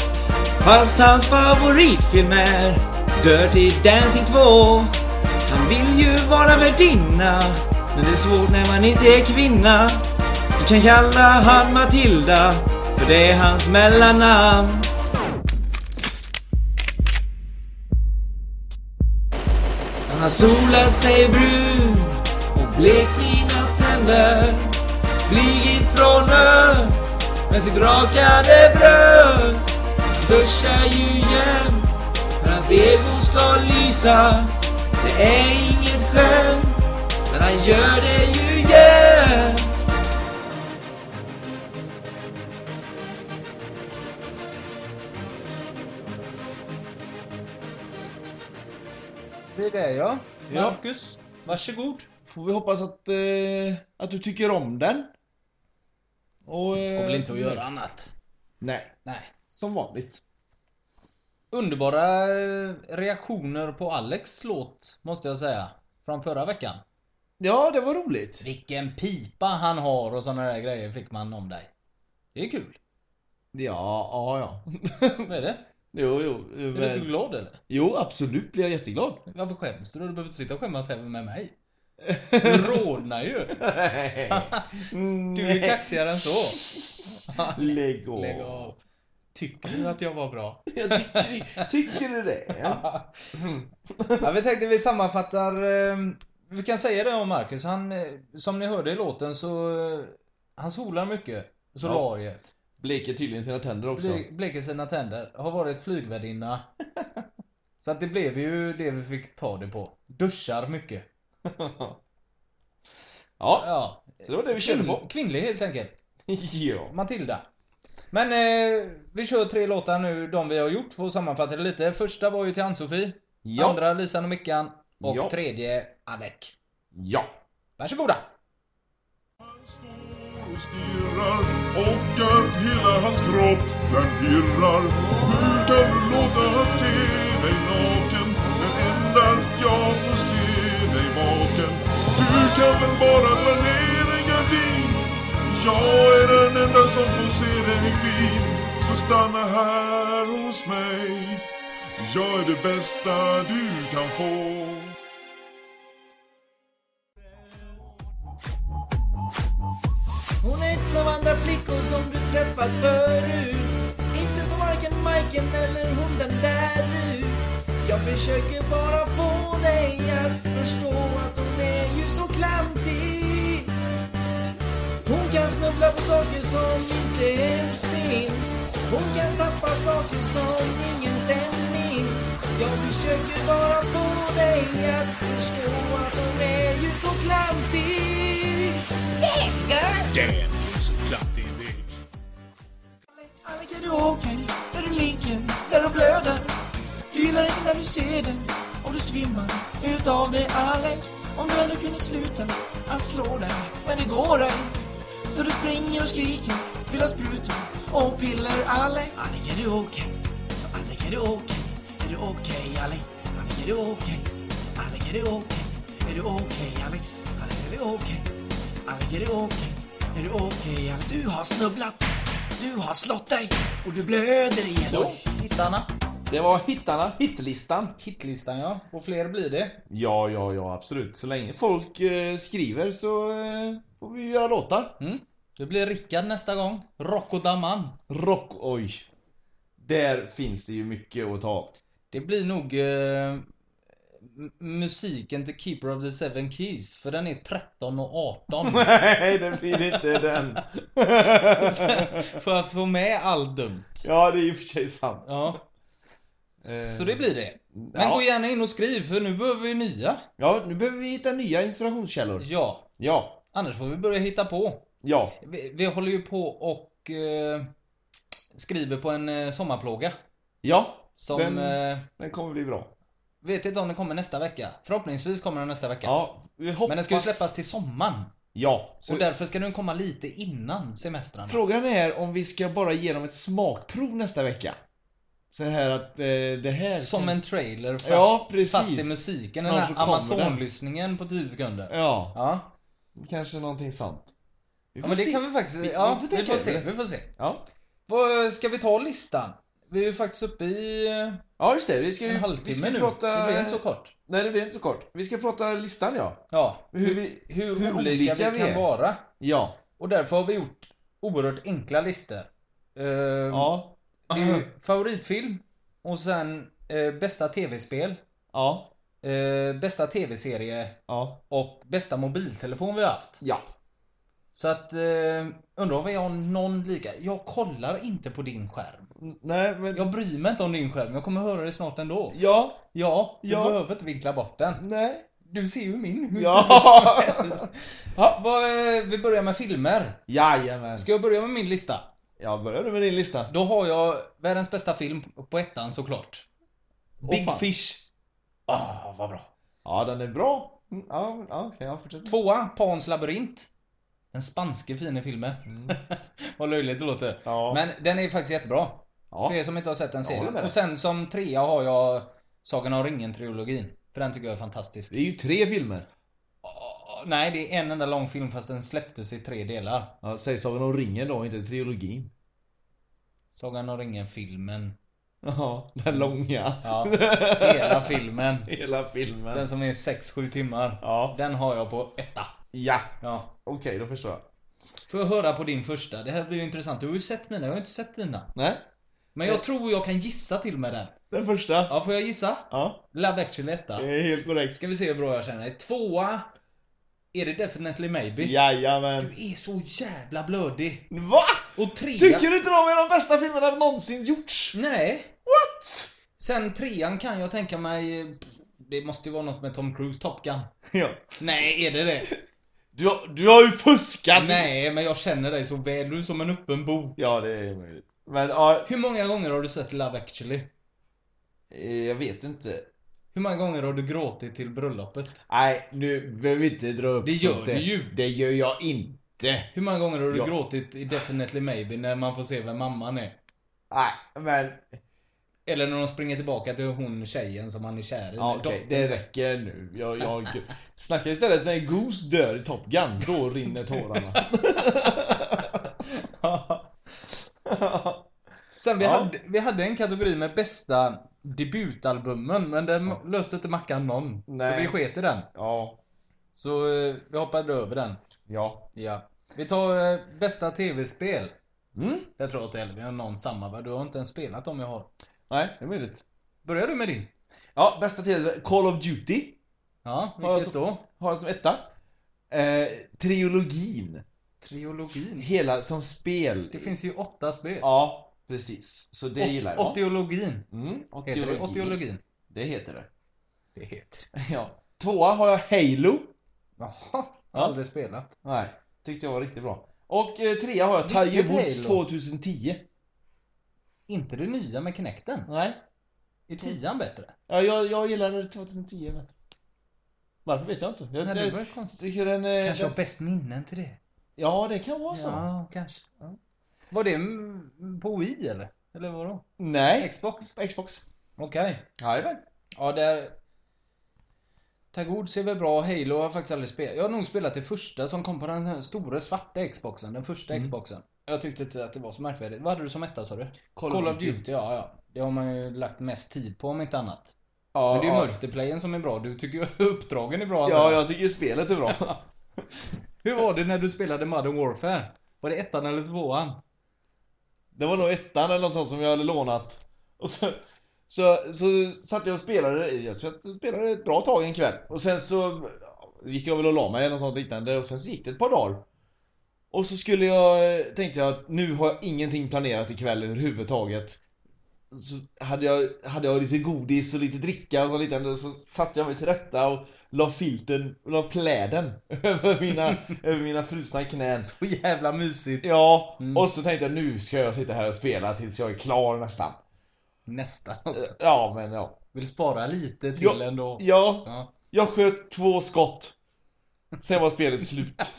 Speaker 3: Fast hans favoritfilm är Dirty Dancing 2. Han vill ju vara värdinna, men det är svårt när man inte är kvinna. Du kan kalla han Matilda, för det är hans mellannamn. Han har solat sig brun och blekt sina tänder. Flygit från öst med sitt rakade bröst. Han duschar ju jämt för hans ego ska lysa. Det är inget skämt, men han gör det ju jämt.
Speaker 4: Det är det ja.
Speaker 5: Ja.
Speaker 4: Marcus, varsågod.
Speaker 5: Får vi hoppas att, eh, att du tycker om den.
Speaker 4: Och, eh,
Speaker 8: kommer väl inte att göra annat.
Speaker 5: Nej,
Speaker 4: Nej.
Speaker 5: som vanligt.
Speaker 4: Underbara eh, reaktioner på Alex låt, måste jag säga. Från förra veckan.
Speaker 5: Ja, det var roligt.
Speaker 4: Vilken pipa han har och sådana där grejer fick man om dig. Det är kul.
Speaker 5: Ja, ja, ja.
Speaker 4: Vad är det?
Speaker 5: Jo, jo. eh,
Speaker 4: Är du inte
Speaker 5: Men...
Speaker 4: glad eller?
Speaker 5: Jo, absolut blir jag jätteglad.
Speaker 4: Varför skäms du? Du behöver inte sitta och skämmas även med mig. Du rodnar ju. Du är ju kaxigare än så.
Speaker 5: Lägg av.
Speaker 4: Lägg av. Tycker du att jag var bra?
Speaker 5: Jag tycker, tycker du det?
Speaker 4: Ja, vi tänkte vi sammanfattar. eh, Vi kan säga det om Marcus. Han, eh, som ni hörde i låten så eh, han solar mycket. Solarier.
Speaker 5: Bleker tydligen sina tänder också.
Speaker 4: Ble, bleker sina tänder. Har varit flygvärdinna. Så att det blev ju det vi fick ta det på. Duschar mycket.
Speaker 5: Ja,
Speaker 4: Ja.
Speaker 5: så det var det vi körde
Speaker 4: Kvinn-
Speaker 5: på.
Speaker 4: Kvinnlig helt enkelt.
Speaker 5: Ja.
Speaker 4: Matilda. Men eh, vi kör tre låtar nu, de vi har gjort, och sammanfattar det lite. Första var ju till Ann-Sofie,
Speaker 5: Ja.
Speaker 4: andra Lisan och Mickan och
Speaker 5: Ja.
Speaker 4: tredje Alec.
Speaker 5: Ja.
Speaker 4: Varsågoda!
Speaker 9: står och stirrar och att hela hans kropp den pirrar. Hur kan du låta han se dig naken när endast jag får se dig vaken? Du kan väl bara dra ner en gardin? Jag är den enda som får se dig fin. Så stanna här hos mig. Jag är det bästa du kan få.
Speaker 3: Hon är inte som andra flickor som du träffat förut Inte som varken Majken eller hon den där ut Jag försöker bara få dig att förstå att hon är ju så klantig Hon kan snubbla på saker som inte ens finns Hon kan tappa saker som ingen sen minns Jag försöker bara få dig att förstå att hon är ju så klantig.
Speaker 8: Damn, you're so klantig bitch.
Speaker 3: Alla garderober, där du ligger, där du blöder. Du gillar inte när du ser den och du svimmar utav det Alec. Om du ändå kunde sluta att slå dig, men det går ej. Så du springer och skriker, vill ha sprutor och piller Alec. Alec, är du okej? Så Alec, är du okej? Är du okej Alec? Alec, är du okej? Så Alec, är du okej? Är du okej Alex? Alec, är du okej? Alec, är du okej? Är du okej Alec? Du har snubblat, du har slått dig och du blöder igen.
Speaker 4: Så, hittarna.
Speaker 5: Det var hittarna, hitlistan.
Speaker 4: Hitlistan ja, och fler blir det.
Speaker 5: Ja, ja, ja, absolut. Så länge folk eh, skriver så eh, får vi göra låtar.
Speaker 4: Mm. Det blir Rickard nästa gång. Rocco Daman.
Speaker 5: Rock, oj. Där finns det ju mycket att ta av.
Speaker 4: Det blir nog eh, m- musiken till Keeper of the Seven Keys. För den är 13 och 18.
Speaker 5: Nej, det blir inte den.
Speaker 4: för att få med allt dumt.
Speaker 5: ja, det är i och för sig sant.
Speaker 4: Ja. Så
Speaker 5: Eh,
Speaker 4: det blir det. Men
Speaker 5: ja.
Speaker 4: gå gärna in och skriv för nu behöver vi nya.
Speaker 5: Ja, nu behöver vi hitta nya inspirationskällor.
Speaker 4: Ja.
Speaker 5: Ja,
Speaker 4: Annars får vi börja hitta på.
Speaker 5: ja.
Speaker 4: Vi, vi håller ju på och eh, skriver på en eh, sommarplåga.
Speaker 5: Ja,
Speaker 4: Som...
Speaker 5: Den-
Speaker 4: Eh,
Speaker 5: den kommer bli bra.
Speaker 4: vet inte om den kommer nästa vecka. Förhoppningsvis kommer den nästa vecka.
Speaker 5: Ja, vi hoppas...
Speaker 4: Men den ska ju släppas till sommaren.
Speaker 5: Ja. Så
Speaker 4: Och därför ska den komma lite innan semestrarna.
Speaker 5: Frågan är om vi ska bara ge dem ett smakprov nästa vecka. Så här att eh, det här...
Speaker 4: Som en trailer fast,
Speaker 5: Ja, precis.
Speaker 4: fast i musiken.
Speaker 5: Snart så
Speaker 4: den här
Speaker 5: kommer
Speaker 4: Amazon-lyssningen på 10 sekunder.
Speaker 5: Ja,
Speaker 4: Ja.
Speaker 5: kanske någonting sant. Vi
Speaker 4: ja men det kan vi faktiskt...
Speaker 5: Vi-
Speaker 4: ja,
Speaker 5: vi
Speaker 4: vi får,
Speaker 5: får tänka
Speaker 4: se.
Speaker 5: över det.
Speaker 4: Vi får se.
Speaker 5: Ja.
Speaker 4: Vad, ska vi ta listan? Vi är ju faktiskt uppe i eh,
Speaker 5: ja, just det. Vi ska,
Speaker 4: en
Speaker 5: ju, vi
Speaker 4: halvtimme
Speaker 5: ska
Speaker 4: nu.
Speaker 5: prata...
Speaker 4: Det blir inte så kort.
Speaker 5: Nej, det blir inte så kort. Vi ska prata listan, ja.
Speaker 4: Ja.
Speaker 5: Hur vi...
Speaker 4: Hur,
Speaker 5: hur
Speaker 4: olika,
Speaker 5: olika
Speaker 4: vi
Speaker 5: vi
Speaker 4: kan
Speaker 5: är.
Speaker 4: vara.
Speaker 5: Ja.
Speaker 4: Och därför har vi gjort oerhört enkla listor. Eh,
Speaker 5: Ja.
Speaker 4: Det är ju favoritfilm och sen eh, bästa tv-spel,
Speaker 5: Ja.
Speaker 4: eh, bästa tv-serie
Speaker 5: Ja.
Speaker 4: och bästa mobiltelefon vi har haft.
Speaker 5: Ja.
Speaker 4: Så att eh, undrar om vi har någon lika. Jag kollar inte på din skärm.
Speaker 5: N- Nej, men...
Speaker 4: Jag bryr mig inte om din skärm. Jag kommer höra det snart ändå.
Speaker 5: Ja.
Speaker 4: Ja, du
Speaker 5: Ja.
Speaker 4: behöver inte vinkla bort den.
Speaker 5: Nej.
Speaker 4: Du ser ju min hur
Speaker 5: Ja.
Speaker 4: tydligt som helst. ja. vad, eh, Vi börjar med filmer.
Speaker 5: Jajamän.
Speaker 4: Ska jag börja med min lista?
Speaker 5: Jag börjar du med din lista.
Speaker 4: Då har jag världens bästa film på ettan såklart. Big
Speaker 5: fan.
Speaker 4: Fish. Ah, vad bra.
Speaker 5: Ja, den är bra. Mm, Ja, ja okej, jag fortsätter.
Speaker 4: Tvåa, Pans labyrint. Den spanske fina filmen. vad löjligt det låter.
Speaker 5: Mm. Ja.
Speaker 4: Men den är faktiskt jättebra.
Speaker 5: Ja.
Speaker 4: För er som inte har sett den
Speaker 5: håller med
Speaker 4: serien.
Speaker 5: dig.
Speaker 4: Och sen som trea har jag Sagan om ringen-trilogin. För den tycker jag är fantastisk.
Speaker 5: Det är ju tre filmer.
Speaker 4: Ah, Nej, det är en enda lång film fast den släpptes i tre delar.
Speaker 5: Ja, sägs av någon ringen då, inte trilogin.
Speaker 4: Sagan om ringen-filmen.
Speaker 5: Ja, den långa.
Speaker 4: Ja, hela filmen.
Speaker 5: Hela filmen.
Speaker 4: Den som är 6-7 timmar.
Speaker 5: Ja.
Speaker 4: Den har jag på etta.
Speaker 5: Ja,
Speaker 4: Ja.
Speaker 5: okej då förstår jag.
Speaker 4: Får jag höra på din första? Det här blir ju intressant. Du har ju sett mina, jag har inte sett dina.
Speaker 5: Nej,
Speaker 4: Men
Speaker 5: Eh.
Speaker 4: jag tror jag kan gissa till med den.
Speaker 5: den första. Ja.
Speaker 4: Ja, får jag gissa? Love actually etta.
Speaker 5: det är helt korrekt.
Speaker 4: Ska vi se hur bra jag känner dig. Tvåa är det definitely maybe.
Speaker 5: Jajamän.
Speaker 4: Du är så jävla blödig.
Speaker 5: Va?
Speaker 4: Och trea...
Speaker 5: Tycker du inte de är de bästa filmerna någonsin gjorts?
Speaker 4: Nej.
Speaker 5: What?
Speaker 4: Sen trean kan jag tänka mig... Det måste ju vara något med Tom Cruise, Top Gun.
Speaker 5: Ja.
Speaker 4: Nej, är det det?
Speaker 5: Du, har- du har ju fuskat!
Speaker 4: Nej, men jag känner dig så väl. Du är som en öppen bok.
Speaker 5: Ja, det är möjligt. Men ja,
Speaker 4: Hur många gånger har du sett Love actually?
Speaker 5: eh, jag vet inte.
Speaker 4: Hur många gånger har du gråtit till bröllopet?
Speaker 5: Nej, nu behöver vi inte dra upp
Speaker 4: Det gör
Speaker 5: sånt
Speaker 4: du
Speaker 5: där.
Speaker 4: ju.
Speaker 5: Det gör jag inte.
Speaker 4: Hur många gånger har du
Speaker 5: Ja.
Speaker 4: gråtit i Definitely Maybe när man får se vem mamman är?
Speaker 5: Nej, men
Speaker 4: Eller när de springer tillbaka till hon tjejen som han är kär i.
Speaker 5: Ja,
Speaker 4: när
Speaker 5: okej,
Speaker 4: dottern-
Speaker 5: det räcker nu. Jag, jag... Snacka istället när Goose dör i Top Gun, då rinner tårarna.
Speaker 4: Sen vi,
Speaker 5: Ja.
Speaker 4: hade, vi hade en kategori med bästa debutalbumen men den löste inte Mackan någon.
Speaker 5: Nej.
Speaker 4: Så vi sket i den.
Speaker 5: ja,
Speaker 4: Så eh, vi hoppade över den.
Speaker 5: ja.
Speaker 4: Ja. Vi tar eh, bästa tv-spel.
Speaker 5: Mm?
Speaker 4: Jag tror att Elvin har någon samma va? Du har inte ens spelat om jag har.
Speaker 5: Nej, det är möjligt.
Speaker 4: Börjar du med din?
Speaker 5: Ja, bästa tv Call of Duty
Speaker 4: Ja,
Speaker 5: Ja,
Speaker 4: vilket
Speaker 5: så-
Speaker 4: då?
Speaker 5: har jag som etta. Eh, trilogin.
Speaker 4: Triologin.
Speaker 5: Hela som spel.
Speaker 4: Det finns ju åtta spel.
Speaker 5: Ja, precis. Så det gillar jag.
Speaker 4: Åttiologin
Speaker 5: Mm,
Speaker 4: heter det.
Speaker 5: åttiologi.
Speaker 4: Åttiologin.
Speaker 5: Det heter det.
Speaker 4: Det heter
Speaker 5: Ja. Tvåa har jag Halo.
Speaker 4: Jaha, aldrig spelat.
Speaker 5: Nej, tyckte jag var riktigt bra. Och eh, trea har jag Tiger
Speaker 4: Vilket
Speaker 5: Woods
Speaker 4: Halo?
Speaker 5: 2010.
Speaker 4: Inte det nya med Kinecten.
Speaker 5: Nej,
Speaker 4: Är tian bättre?
Speaker 5: ja, jag, jag gillade 2010 vet du. Varför vet jag inte. Jag,
Speaker 4: Nej, det var ju
Speaker 5: jag,
Speaker 4: konstigt.
Speaker 5: tycker den, eh,
Speaker 4: Kanske
Speaker 5: den,
Speaker 4: har bäst minnen till det.
Speaker 5: ja, det kan vara så.
Speaker 4: Ja, kanske. Ja. Var det mm, på Wii eller? Eller vadå?
Speaker 5: Nej,
Speaker 4: Xbox?
Speaker 5: Xbox.
Speaker 4: Okej.
Speaker 5: Jajamän.
Speaker 4: Ja, där... Tagod ser väl bra, Halo har jag faktiskt aldrig spelat. Jag har nog spelat det första som kom på den här stora svarta Xboxen, den
Speaker 5: Mm.
Speaker 4: första Xboxen. Jag tyckte inte att det var så märkvärdigt. Vad hade du som etta sa du? Call, of Duty. ja ja. Det har man ju lagt mest tid på om inte annat.
Speaker 5: Ja,
Speaker 4: Men det är ju
Speaker 5: ja.
Speaker 4: multiplayen som är bra. Du tycker ju uppdragen är bra.
Speaker 5: Ja,
Speaker 4: Andrea.
Speaker 5: jag tycker spelet är bra.
Speaker 4: Hur var det när du spelade Modern Warfare? Var det ettan eller tvåan?
Speaker 5: Det var nog ettan eller något sånt som jag hade lånat. Och så, så, så satt jag och spelade, i- jag spelade ett bra tag en kväll. Och sen så gick jag väl och la mig eller något sånt liknande och sen så gick det ett par dagar. Och så skulle jag, tänkte jag att nu har jag ingenting planerat ikväll överhuvudtaget. Så hade jag, hade jag lite godis och lite dricka och något liknande och så satte jag mig till rätta och la filten, la pläden över mina, över mina frusna knän.
Speaker 4: Så jävla mysigt.
Speaker 5: Ja,
Speaker 4: Mm.
Speaker 5: och så tänkte jag nu ska jag sitta här och spela tills jag är klar nästan.
Speaker 4: Nästan alltså.
Speaker 5: Ja, men ja.
Speaker 4: Vill spara lite till
Speaker 5: Ja.
Speaker 4: ändå.
Speaker 5: Ja,
Speaker 4: Ja.
Speaker 5: jag sköt två skott. Sen var spelet slut.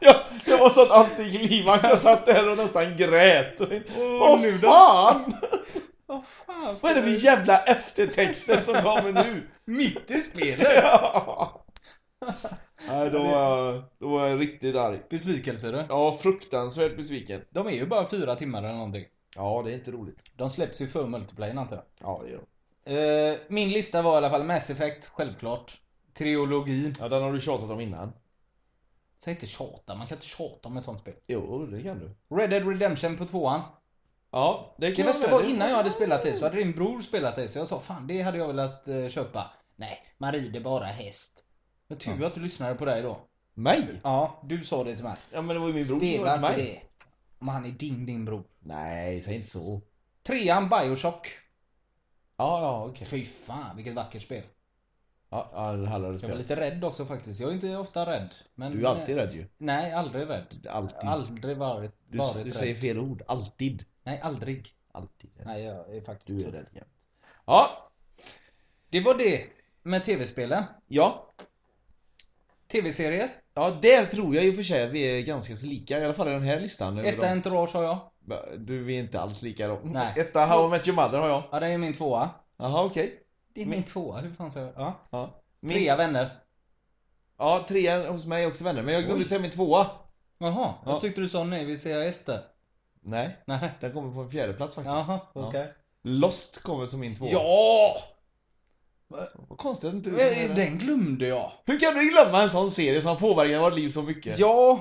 Speaker 5: ja, det var så att allt gick livat. Jag satt där och nästan grät. Vad fan!
Speaker 4: Vad fan ska
Speaker 5: Vad är det
Speaker 4: vi-
Speaker 5: för jävla eftertexter som kommer nu?
Speaker 4: Mitt i spelet!
Speaker 5: Ja. Nej, då var, jag, då var jag riktigt arg.
Speaker 4: Besvikelse du.
Speaker 5: Ja, fruktansvärt besviken.
Speaker 4: De är ju bara fyra timmar eller någonting.
Speaker 5: Ja, det är inte roligt.
Speaker 4: De släpps ju för multiplayen antar jag.
Speaker 5: Ja, det gör
Speaker 4: Eh, min lista var i alla fall Mass Effect, självklart. Triologin.
Speaker 5: Ja, den har du tjatat om innan.
Speaker 4: Säg inte tjata, man kan inte tjata om ett sånt spel.
Speaker 5: Jo, det kan du.
Speaker 4: Red Dead Redemption på tvåan.
Speaker 5: Ja, det
Speaker 4: Det
Speaker 5: kan
Speaker 4: värsta
Speaker 5: jag med.
Speaker 4: var innan jag hade spelat det så hade din bror spelat det så jag sa fan det hade jag velat eh, köpa. Nej, man rider bara häst. Men tur att du lyssnade på dig då.
Speaker 5: Mig?
Speaker 4: Ja, du sa det till mig.
Speaker 5: Ja, men det var ju min bror som
Speaker 4: Spela
Speaker 5: sa det
Speaker 4: inte
Speaker 5: till mig.
Speaker 4: det. Om han är din, din bror.
Speaker 5: Nej, säg inte så.
Speaker 4: Trean Bioshock.
Speaker 5: Ja, ja, okej.
Speaker 4: Fy fan vilket vackert spel.
Speaker 5: Ja, ja, det handlar det
Speaker 4: Jag var
Speaker 5: spelet.
Speaker 4: lite rädd också faktiskt. Jag är inte ofta rädd. Men eh,
Speaker 5: Du är alltid rädd ju.
Speaker 4: Nej, aldrig rädd.
Speaker 5: Alltid.
Speaker 4: Aldrig varit,
Speaker 5: Du,
Speaker 4: varit
Speaker 5: du
Speaker 4: rädd.
Speaker 5: säger fel ord. Alltid.
Speaker 4: Nej, aldrig.
Speaker 5: Alltid.
Speaker 4: Nej, jag är faktiskt
Speaker 5: Du är
Speaker 4: rädd.
Speaker 5: rädd ja. Ja.
Speaker 4: Det var det med tv-spelen.
Speaker 5: Ja.
Speaker 4: Tv-serier.
Speaker 5: Ja, där tror jag i och för sig att vi är ganska så lika. I alla fall i den här listan. över
Speaker 4: Etta Entourage har jag.
Speaker 5: de- Du vi är inte alls lika då.
Speaker 4: Nej.
Speaker 5: Etta How I Met Your Mother har jag.
Speaker 4: Ja, det är min tvåa.
Speaker 5: Jaha, okej.
Speaker 4: Det är min, tvåa, hur fan säger jag? Ja.
Speaker 5: Ja. Min-
Speaker 4: Trea vänner.
Speaker 5: Ja, trean hos mig är också vänner. Men jag glömde
Speaker 4: Oj.
Speaker 5: säga min tvåa.
Speaker 4: Jaha,
Speaker 5: Ja.
Speaker 4: jag tyckte du sa nej vid CAS där.
Speaker 5: Nej,
Speaker 4: Nej.
Speaker 5: den kommer på en fjärde plats faktiskt.
Speaker 4: Jaha,
Speaker 5: Ja.
Speaker 4: okej.
Speaker 5: Lost kommer som min tvåa.
Speaker 4: Ja!
Speaker 5: Vad konstigt att inte du
Speaker 4: Eh,
Speaker 5: den.
Speaker 4: Den glömde jag.
Speaker 5: Hur kan du glömma en sån serie som har påverkat vårt liv så mycket?
Speaker 4: Ja,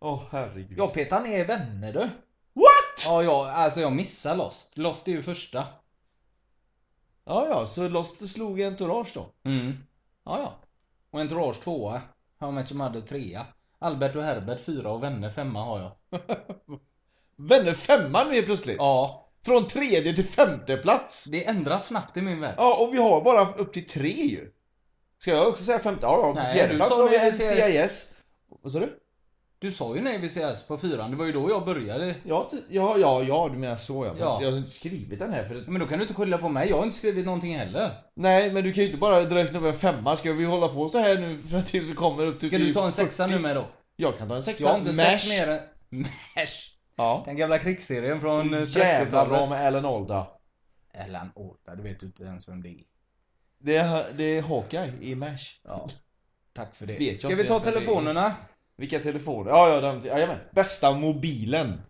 Speaker 5: Åh herregud.
Speaker 4: jag petar ner vänner du.
Speaker 5: What?
Speaker 4: Ja, jag, alltså jag missar Lost. Lost är ju första.
Speaker 5: Ja, ja, så Lost slog Entourage då?
Speaker 4: Mm.
Speaker 5: Ja, ja.
Speaker 4: Och Entourage tvåa. How Match Mother trea. Albert och Herbert fyra och Vänner femma har jag.
Speaker 5: Vänner femman nu helt plötsligt.
Speaker 4: Ja,
Speaker 5: Från tredje till femte plats.
Speaker 4: det ändras snabbt i min värld.
Speaker 5: Ja, och vi har bara upp till tre ju. Ska jag också säga femte? Ja, ja, på
Speaker 4: Nej,
Speaker 5: fjärde
Speaker 4: du
Speaker 5: plats
Speaker 4: sa
Speaker 5: har vi
Speaker 4: NCIS.
Speaker 5: NCIS. Vad sa du?
Speaker 4: Du sa ju nej vid CAS på fyran. Det var ju då jag började.
Speaker 5: Ja, ty- ja, ja, ja, du menar så ja. Fast
Speaker 4: Ja.
Speaker 5: jag har inte skrivit den här för att...
Speaker 4: Men då kan du inte skylla på mig. Jag har inte skrivit någonting heller.
Speaker 5: Nej, men du kan ju inte bara räkna upp en femma. Ska vi hålla på så här nu för att tills vi kommer upp till... typ
Speaker 4: Ska du ta en sexa nu med då?
Speaker 5: Jag kan ta en sexa.
Speaker 4: Jag har inte
Speaker 5: Mash.
Speaker 4: sett mer än... Mash!
Speaker 5: Ja.
Speaker 4: Den gamla krigsserien
Speaker 5: Så
Speaker 4: från eh,
Speaker 5: jävla bra
Speaker 4: 30-talet.
Speaker 5: med Ellen Olda.
Speaker 4: Ellen Orta, du vet ju inte ens vem det är.
Speaker 5: Det är, det är Hawkeye i MASH.
Speaker 4: Ja. Tack för
Speaker 5: Vet
Speaker 4: det.
Speaker 5: jag
Speaker 4: Ska
Speaker 5: inte
Speaker 4: vi ta
Speaker 5: ens vem det är.
Speaker 4: telefonerna?
Speaker 5: Vilka telefoner? Ja, ja, den, jajamän. Bästa mobilen.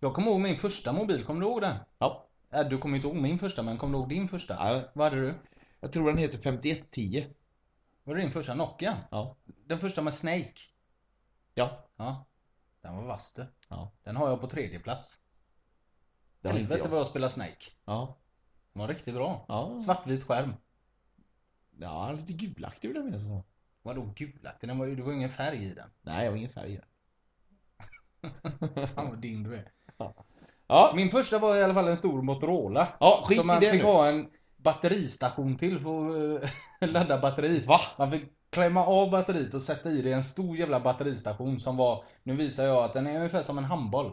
Speaker 4: Jag kommer ihåg min första mobil. Kommer du ihåg den?
Speaker 5: Ja.
Speaker 4: Äh, du kommer inte ihåg min första, men kommer du ihåg din första?
Speaker 5: Ja,
Speaker 4: Vad hade du?
Speaker 5: Jag tror den heter 5110.
Speaker 4: Var det din första Nokia?
Speaker 5: Ja.
Speaker 4: Den första med Snake?
Speaker 5: Ja.
Speaker 4: Ja. Den var vass du.
Speaker 5: Ja.
Speaker 4: Den har jag på tredje plats.
Speaker 5: Det har inte
Speaker 4: Helvete
Speaker 5: jag.
Speaker 4: vad jag spelar Snake.
Speaker 5: Ja.
Speaker 4: Den var riktigt bra.
Speaker 5: Ja.
Speaker 4: Svartvit skärm.
Speaker 5: ja, lite gulaktig vill jag minnas att den var.
Speaker 4: Vadå gulaktig? Den var ju, det var ju ingen färg i den.
Speaker 5: Nej, jag har ingen färg i den.
Speaker 4: Fan vad din du är.
Speaker 5: Ja.
Speaker 4: Min första var i alla fall en stor Motorola.
Speaker 5: Ja, skit
Speaker 4: som
Speaker 5: i
Speaker 4: man
Speaker 5: det
Speaker 4: fick
Speaker 5: nu.
Speaker 4: ha en batteristation till för att eh, ladda batteriet.
Speaker 5: Va?
Speaker 4: Man fick klämma av batteriet och sätta i det i en stor jävla batteristation som var, nu visar jag att den är ungefär som en handboll.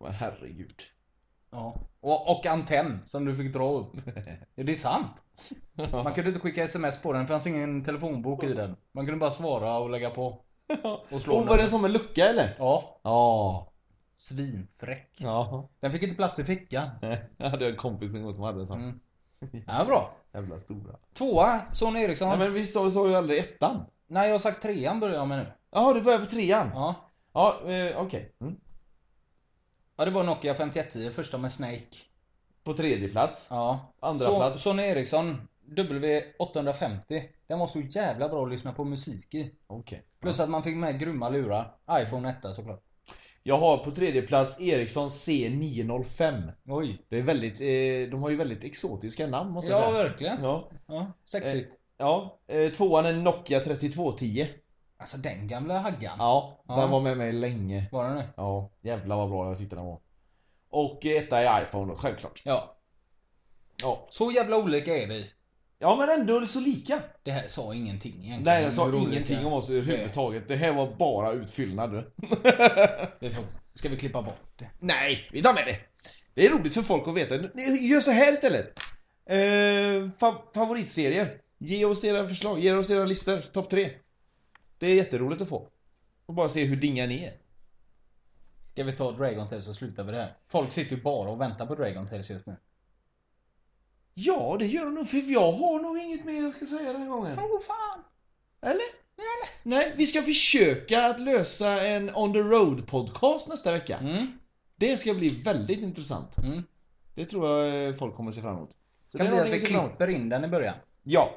Speaker 5: Men herregud.
Speaker 4: Ja. Och, och antenn som du fick dra upp. Ja, det är sant. Man kunde inte skicka sms på den, det fanns ingen telefonbok i den. Man kunde bara svara och lägga på. Och slå
Speaker 5: Och var det som en lucka eller?
Speaker 4: Ja,
Speaker 5: Ja.
Speaker 4: svinfräck.
Speaker 5: Ja.
Speaker 4: Den fick inte plats i fickan.
Speaker 5: Jag hade en kompis en gång som hade en sån.
Speaker 4: Mm. Ja, bra.
Speaker 5: Jävla stora.
Speaker 4: Tvåa, Son Eriksson.
Speaker 5: Nej men vi sa, sa ju aldrig ettan.
Speaker 4: Nej, jag har sagt trean börjar jag med nu.
Speaker 5: Jaha, du börjar på trean? Ja,
Speaker 4: Ja.
Speaker 5: eh, okej. Mm.
Speaker 4: ja, det var Nokia 5110, första med Snake.
Speaker 5: På tredje plats.
Speaker 4: Ja.
Speaker 5: Andra
Speaker 4: Son-
Speaker 5: plats.
Speaker 4: Sony Eriksson, W850. Den var så jävla bra att lyssna på musik i.
Speaker 5: Okej.
Speaker 4: Plus att man fick med grymma lurar. iPhone 1 såklart.
Speaker 5: Jag har på tredje plats Ericsson C905.
Speaker 4: Oj.
Speaker 5: Det är väldigt, eh, de har ju väldigt exotiska namn måste jag
Speaker 4: Ja,
Speaker 5: säga.
Speaker 4: verkligen.
Speaker 5: Ja,
Speaker 4: Ja, sexigt.
Speaker 5: ja. Eh, tvåan är Nokia 3210.
Speaker 4: Alltså den gamla haggan.
Speaker 5: Ja,
Speaker 4: Ja.
Speaker 5: den var med mig länge.
Speaker 4: Var den nu?
Speaker 5: Ja, jävlar vad bra jag tyckte den var. Och eh, etta är iPhone då, självklart.
Speaker 4: Ja.
Speaker 5: Ja.
Speaker 4: Så jävla olika är vi.
Speaker 5: ja, men ändå är det så lika.
Speaker 4: Det här sa ingenting egentligen.
Speaker 5: Nej, den sa
Speaker 4: Hur olika-
Speaker 5: ingenting om oss överhuvudtaget. Det här var bara utfyllnad.
Speaker 4: Vi får... Ska vi klippa bort det?
Speaker 5: Nej, vi tar med det. Det är roligt för folk att veta. Ni- Gör så här istället. Eh, fa- favoritserier. Ge oss era förslag, ge oss era listor. Topp tre. Det är jätteroligt att få. Och bara se hur dinga ni är.
Speaker 4: Ska vi ta Dragon Tales och sluta med det här? Folk sitter ju bara och väntar på Dragon Tales just nu.
Speaker 5: Ja, det gör de nog, för jag har nog inget mer jag ska säga den här gången.
Speaker 4: Åh fan!
Speaker 5: Eller? Nej, vi ska försöka att lösa en on the road podcast nästa vecka.
Speaker 4: Mm.
Speaker 5: Det ska bli väldigt intressant.
Speaker 4: Mm.
Speaker 5: Det tror jag eh, folk kommer se fram emot. Så
Speaker 4: Kan
Speaker 5: det
Speaker 4: bli att
Speaker 5: är någonting
Speaker 4: vi
Speaker 5: att se fram emot.
Speaker 4: klipper in den i början.
Speaker 5: Ja.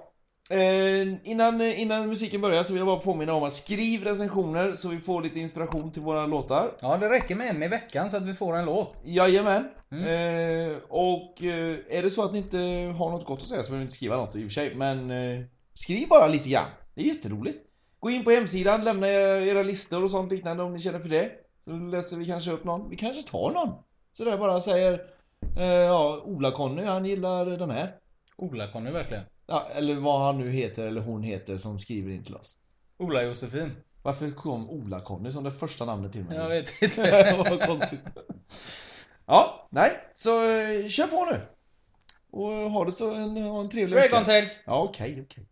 Speaker 5: Eh, innan, innan musiken börjar så vill jag bara påminna om att skriv recensioner så vi får lite inspiration till våra låtar.
Speaker 4: Ja, det räcker med en i veckan så att vi får en låt.
Speaker 5: Jajamän. Eh, och eh, är det så att ni inte har något gott att säga så behöver ni inte skriva något i och för sig. Men eh, skriv bara lite grann. Det är jätteroligt. Gå in på hemsidan, lämna era era listor och sånt liknande om ni känner för det. Så läser vi kanske upp någon. Vi kanske tar någon. Så där bara säger eh, ja, Ola-Conny, han gillar den här.
Speaker 4: Ola-Conny verkligen.
Speaker 5: Ja, eller vad han nu heter eller hon heter som skriver in till oss.
Speaker 4: Ola-Josefin.
Speaker 5: Varför kom Ola-Conny som det första namnet till mig?
Speaker 4: Jag vet inte.
Speaker 5: Vad konstigt. Ja, nej, så eh, kör på nu. Och ha det så en, ha en trevlig
Speaker 4: Dragon
Speaker 5: vecka.
Speaker 4: Tales!
Speaker 5: Ja, okej, okej.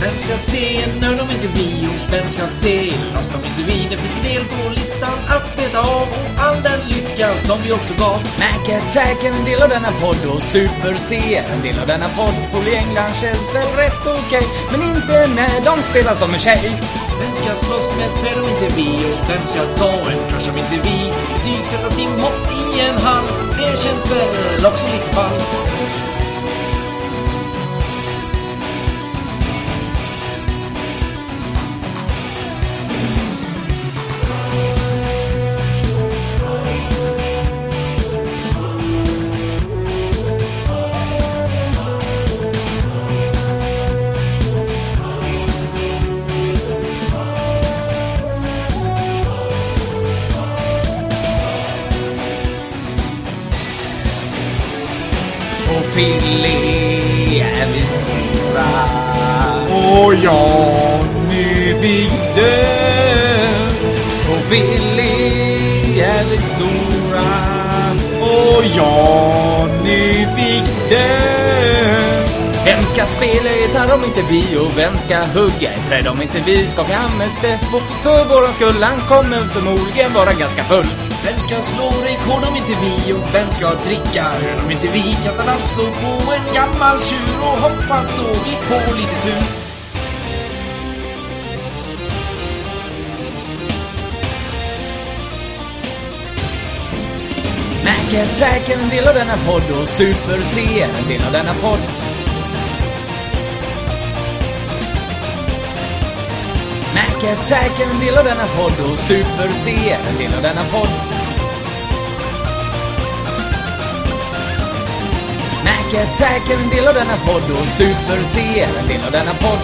Speaker 3: Vem ska se en nörd om inte vi? Och vem ska se en lost om inte vi? Det finns en del på listan att beta av och all den lycka som vi också gav.
Speaker 4: Mac Attack är en del av denna podd och Super-C är en del av denna podd. Polly England känns väl rätt okej, men inte när de spelar som en tjej.
Speaker 3: Vem ska slåss med svärd om inte vi? Och vem ska ta en crush om inte vi? Betygsätta sin hopp i en hall. Det känns väl också lite fall.
Speaker 4: Och Fille är vi stora.
Speaker 5: Och jag
Speaker 4: Nu vi dör. Och Fille är vi stora. Och jag nu vi dör. Vem ska spela gitarr om inte vi? Och vem ska hugga ett träd om inte vi? Skaka hand med Steffo för våran skull. Han kommer förmodligen vara ganska full.
Speaker 3: Vem ska slå rekord om inte vi? Och vem ska dricka öl om inte vi? Kasta lasso på en gammal tjur och hoppas då vi får lite tur.
Speaker 4: Mac Attack är en del av denna podd och Super-C är en del av denna podd. Mac Attack är en del av denna podd och Super-C är en del av denna podd. Mac Mac Attack är en del av denna podd och Super C är en del av denna podd.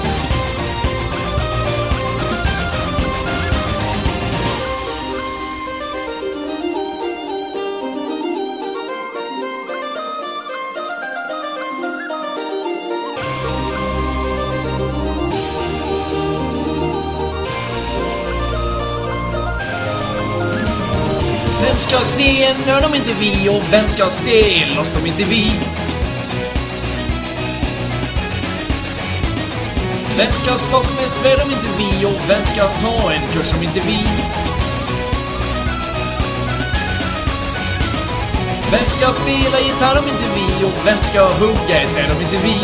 Speaker 3: Vem ska se en nörd om inte vi? Och vem ska se Lost om inte vi? Vem ska slåss med svärd om inte vi? Och vem ska ta en kurs om inte vi? Vem ska spela gitarr om inte vi? Och vem ska hugga ett träd om inte vi?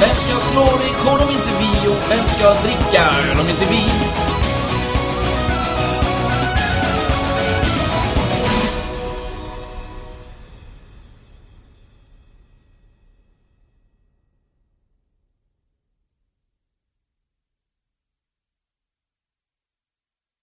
Speaker 3: Vem ska slå rekord om inte vi? Och vem ska dricka öl om inte vi?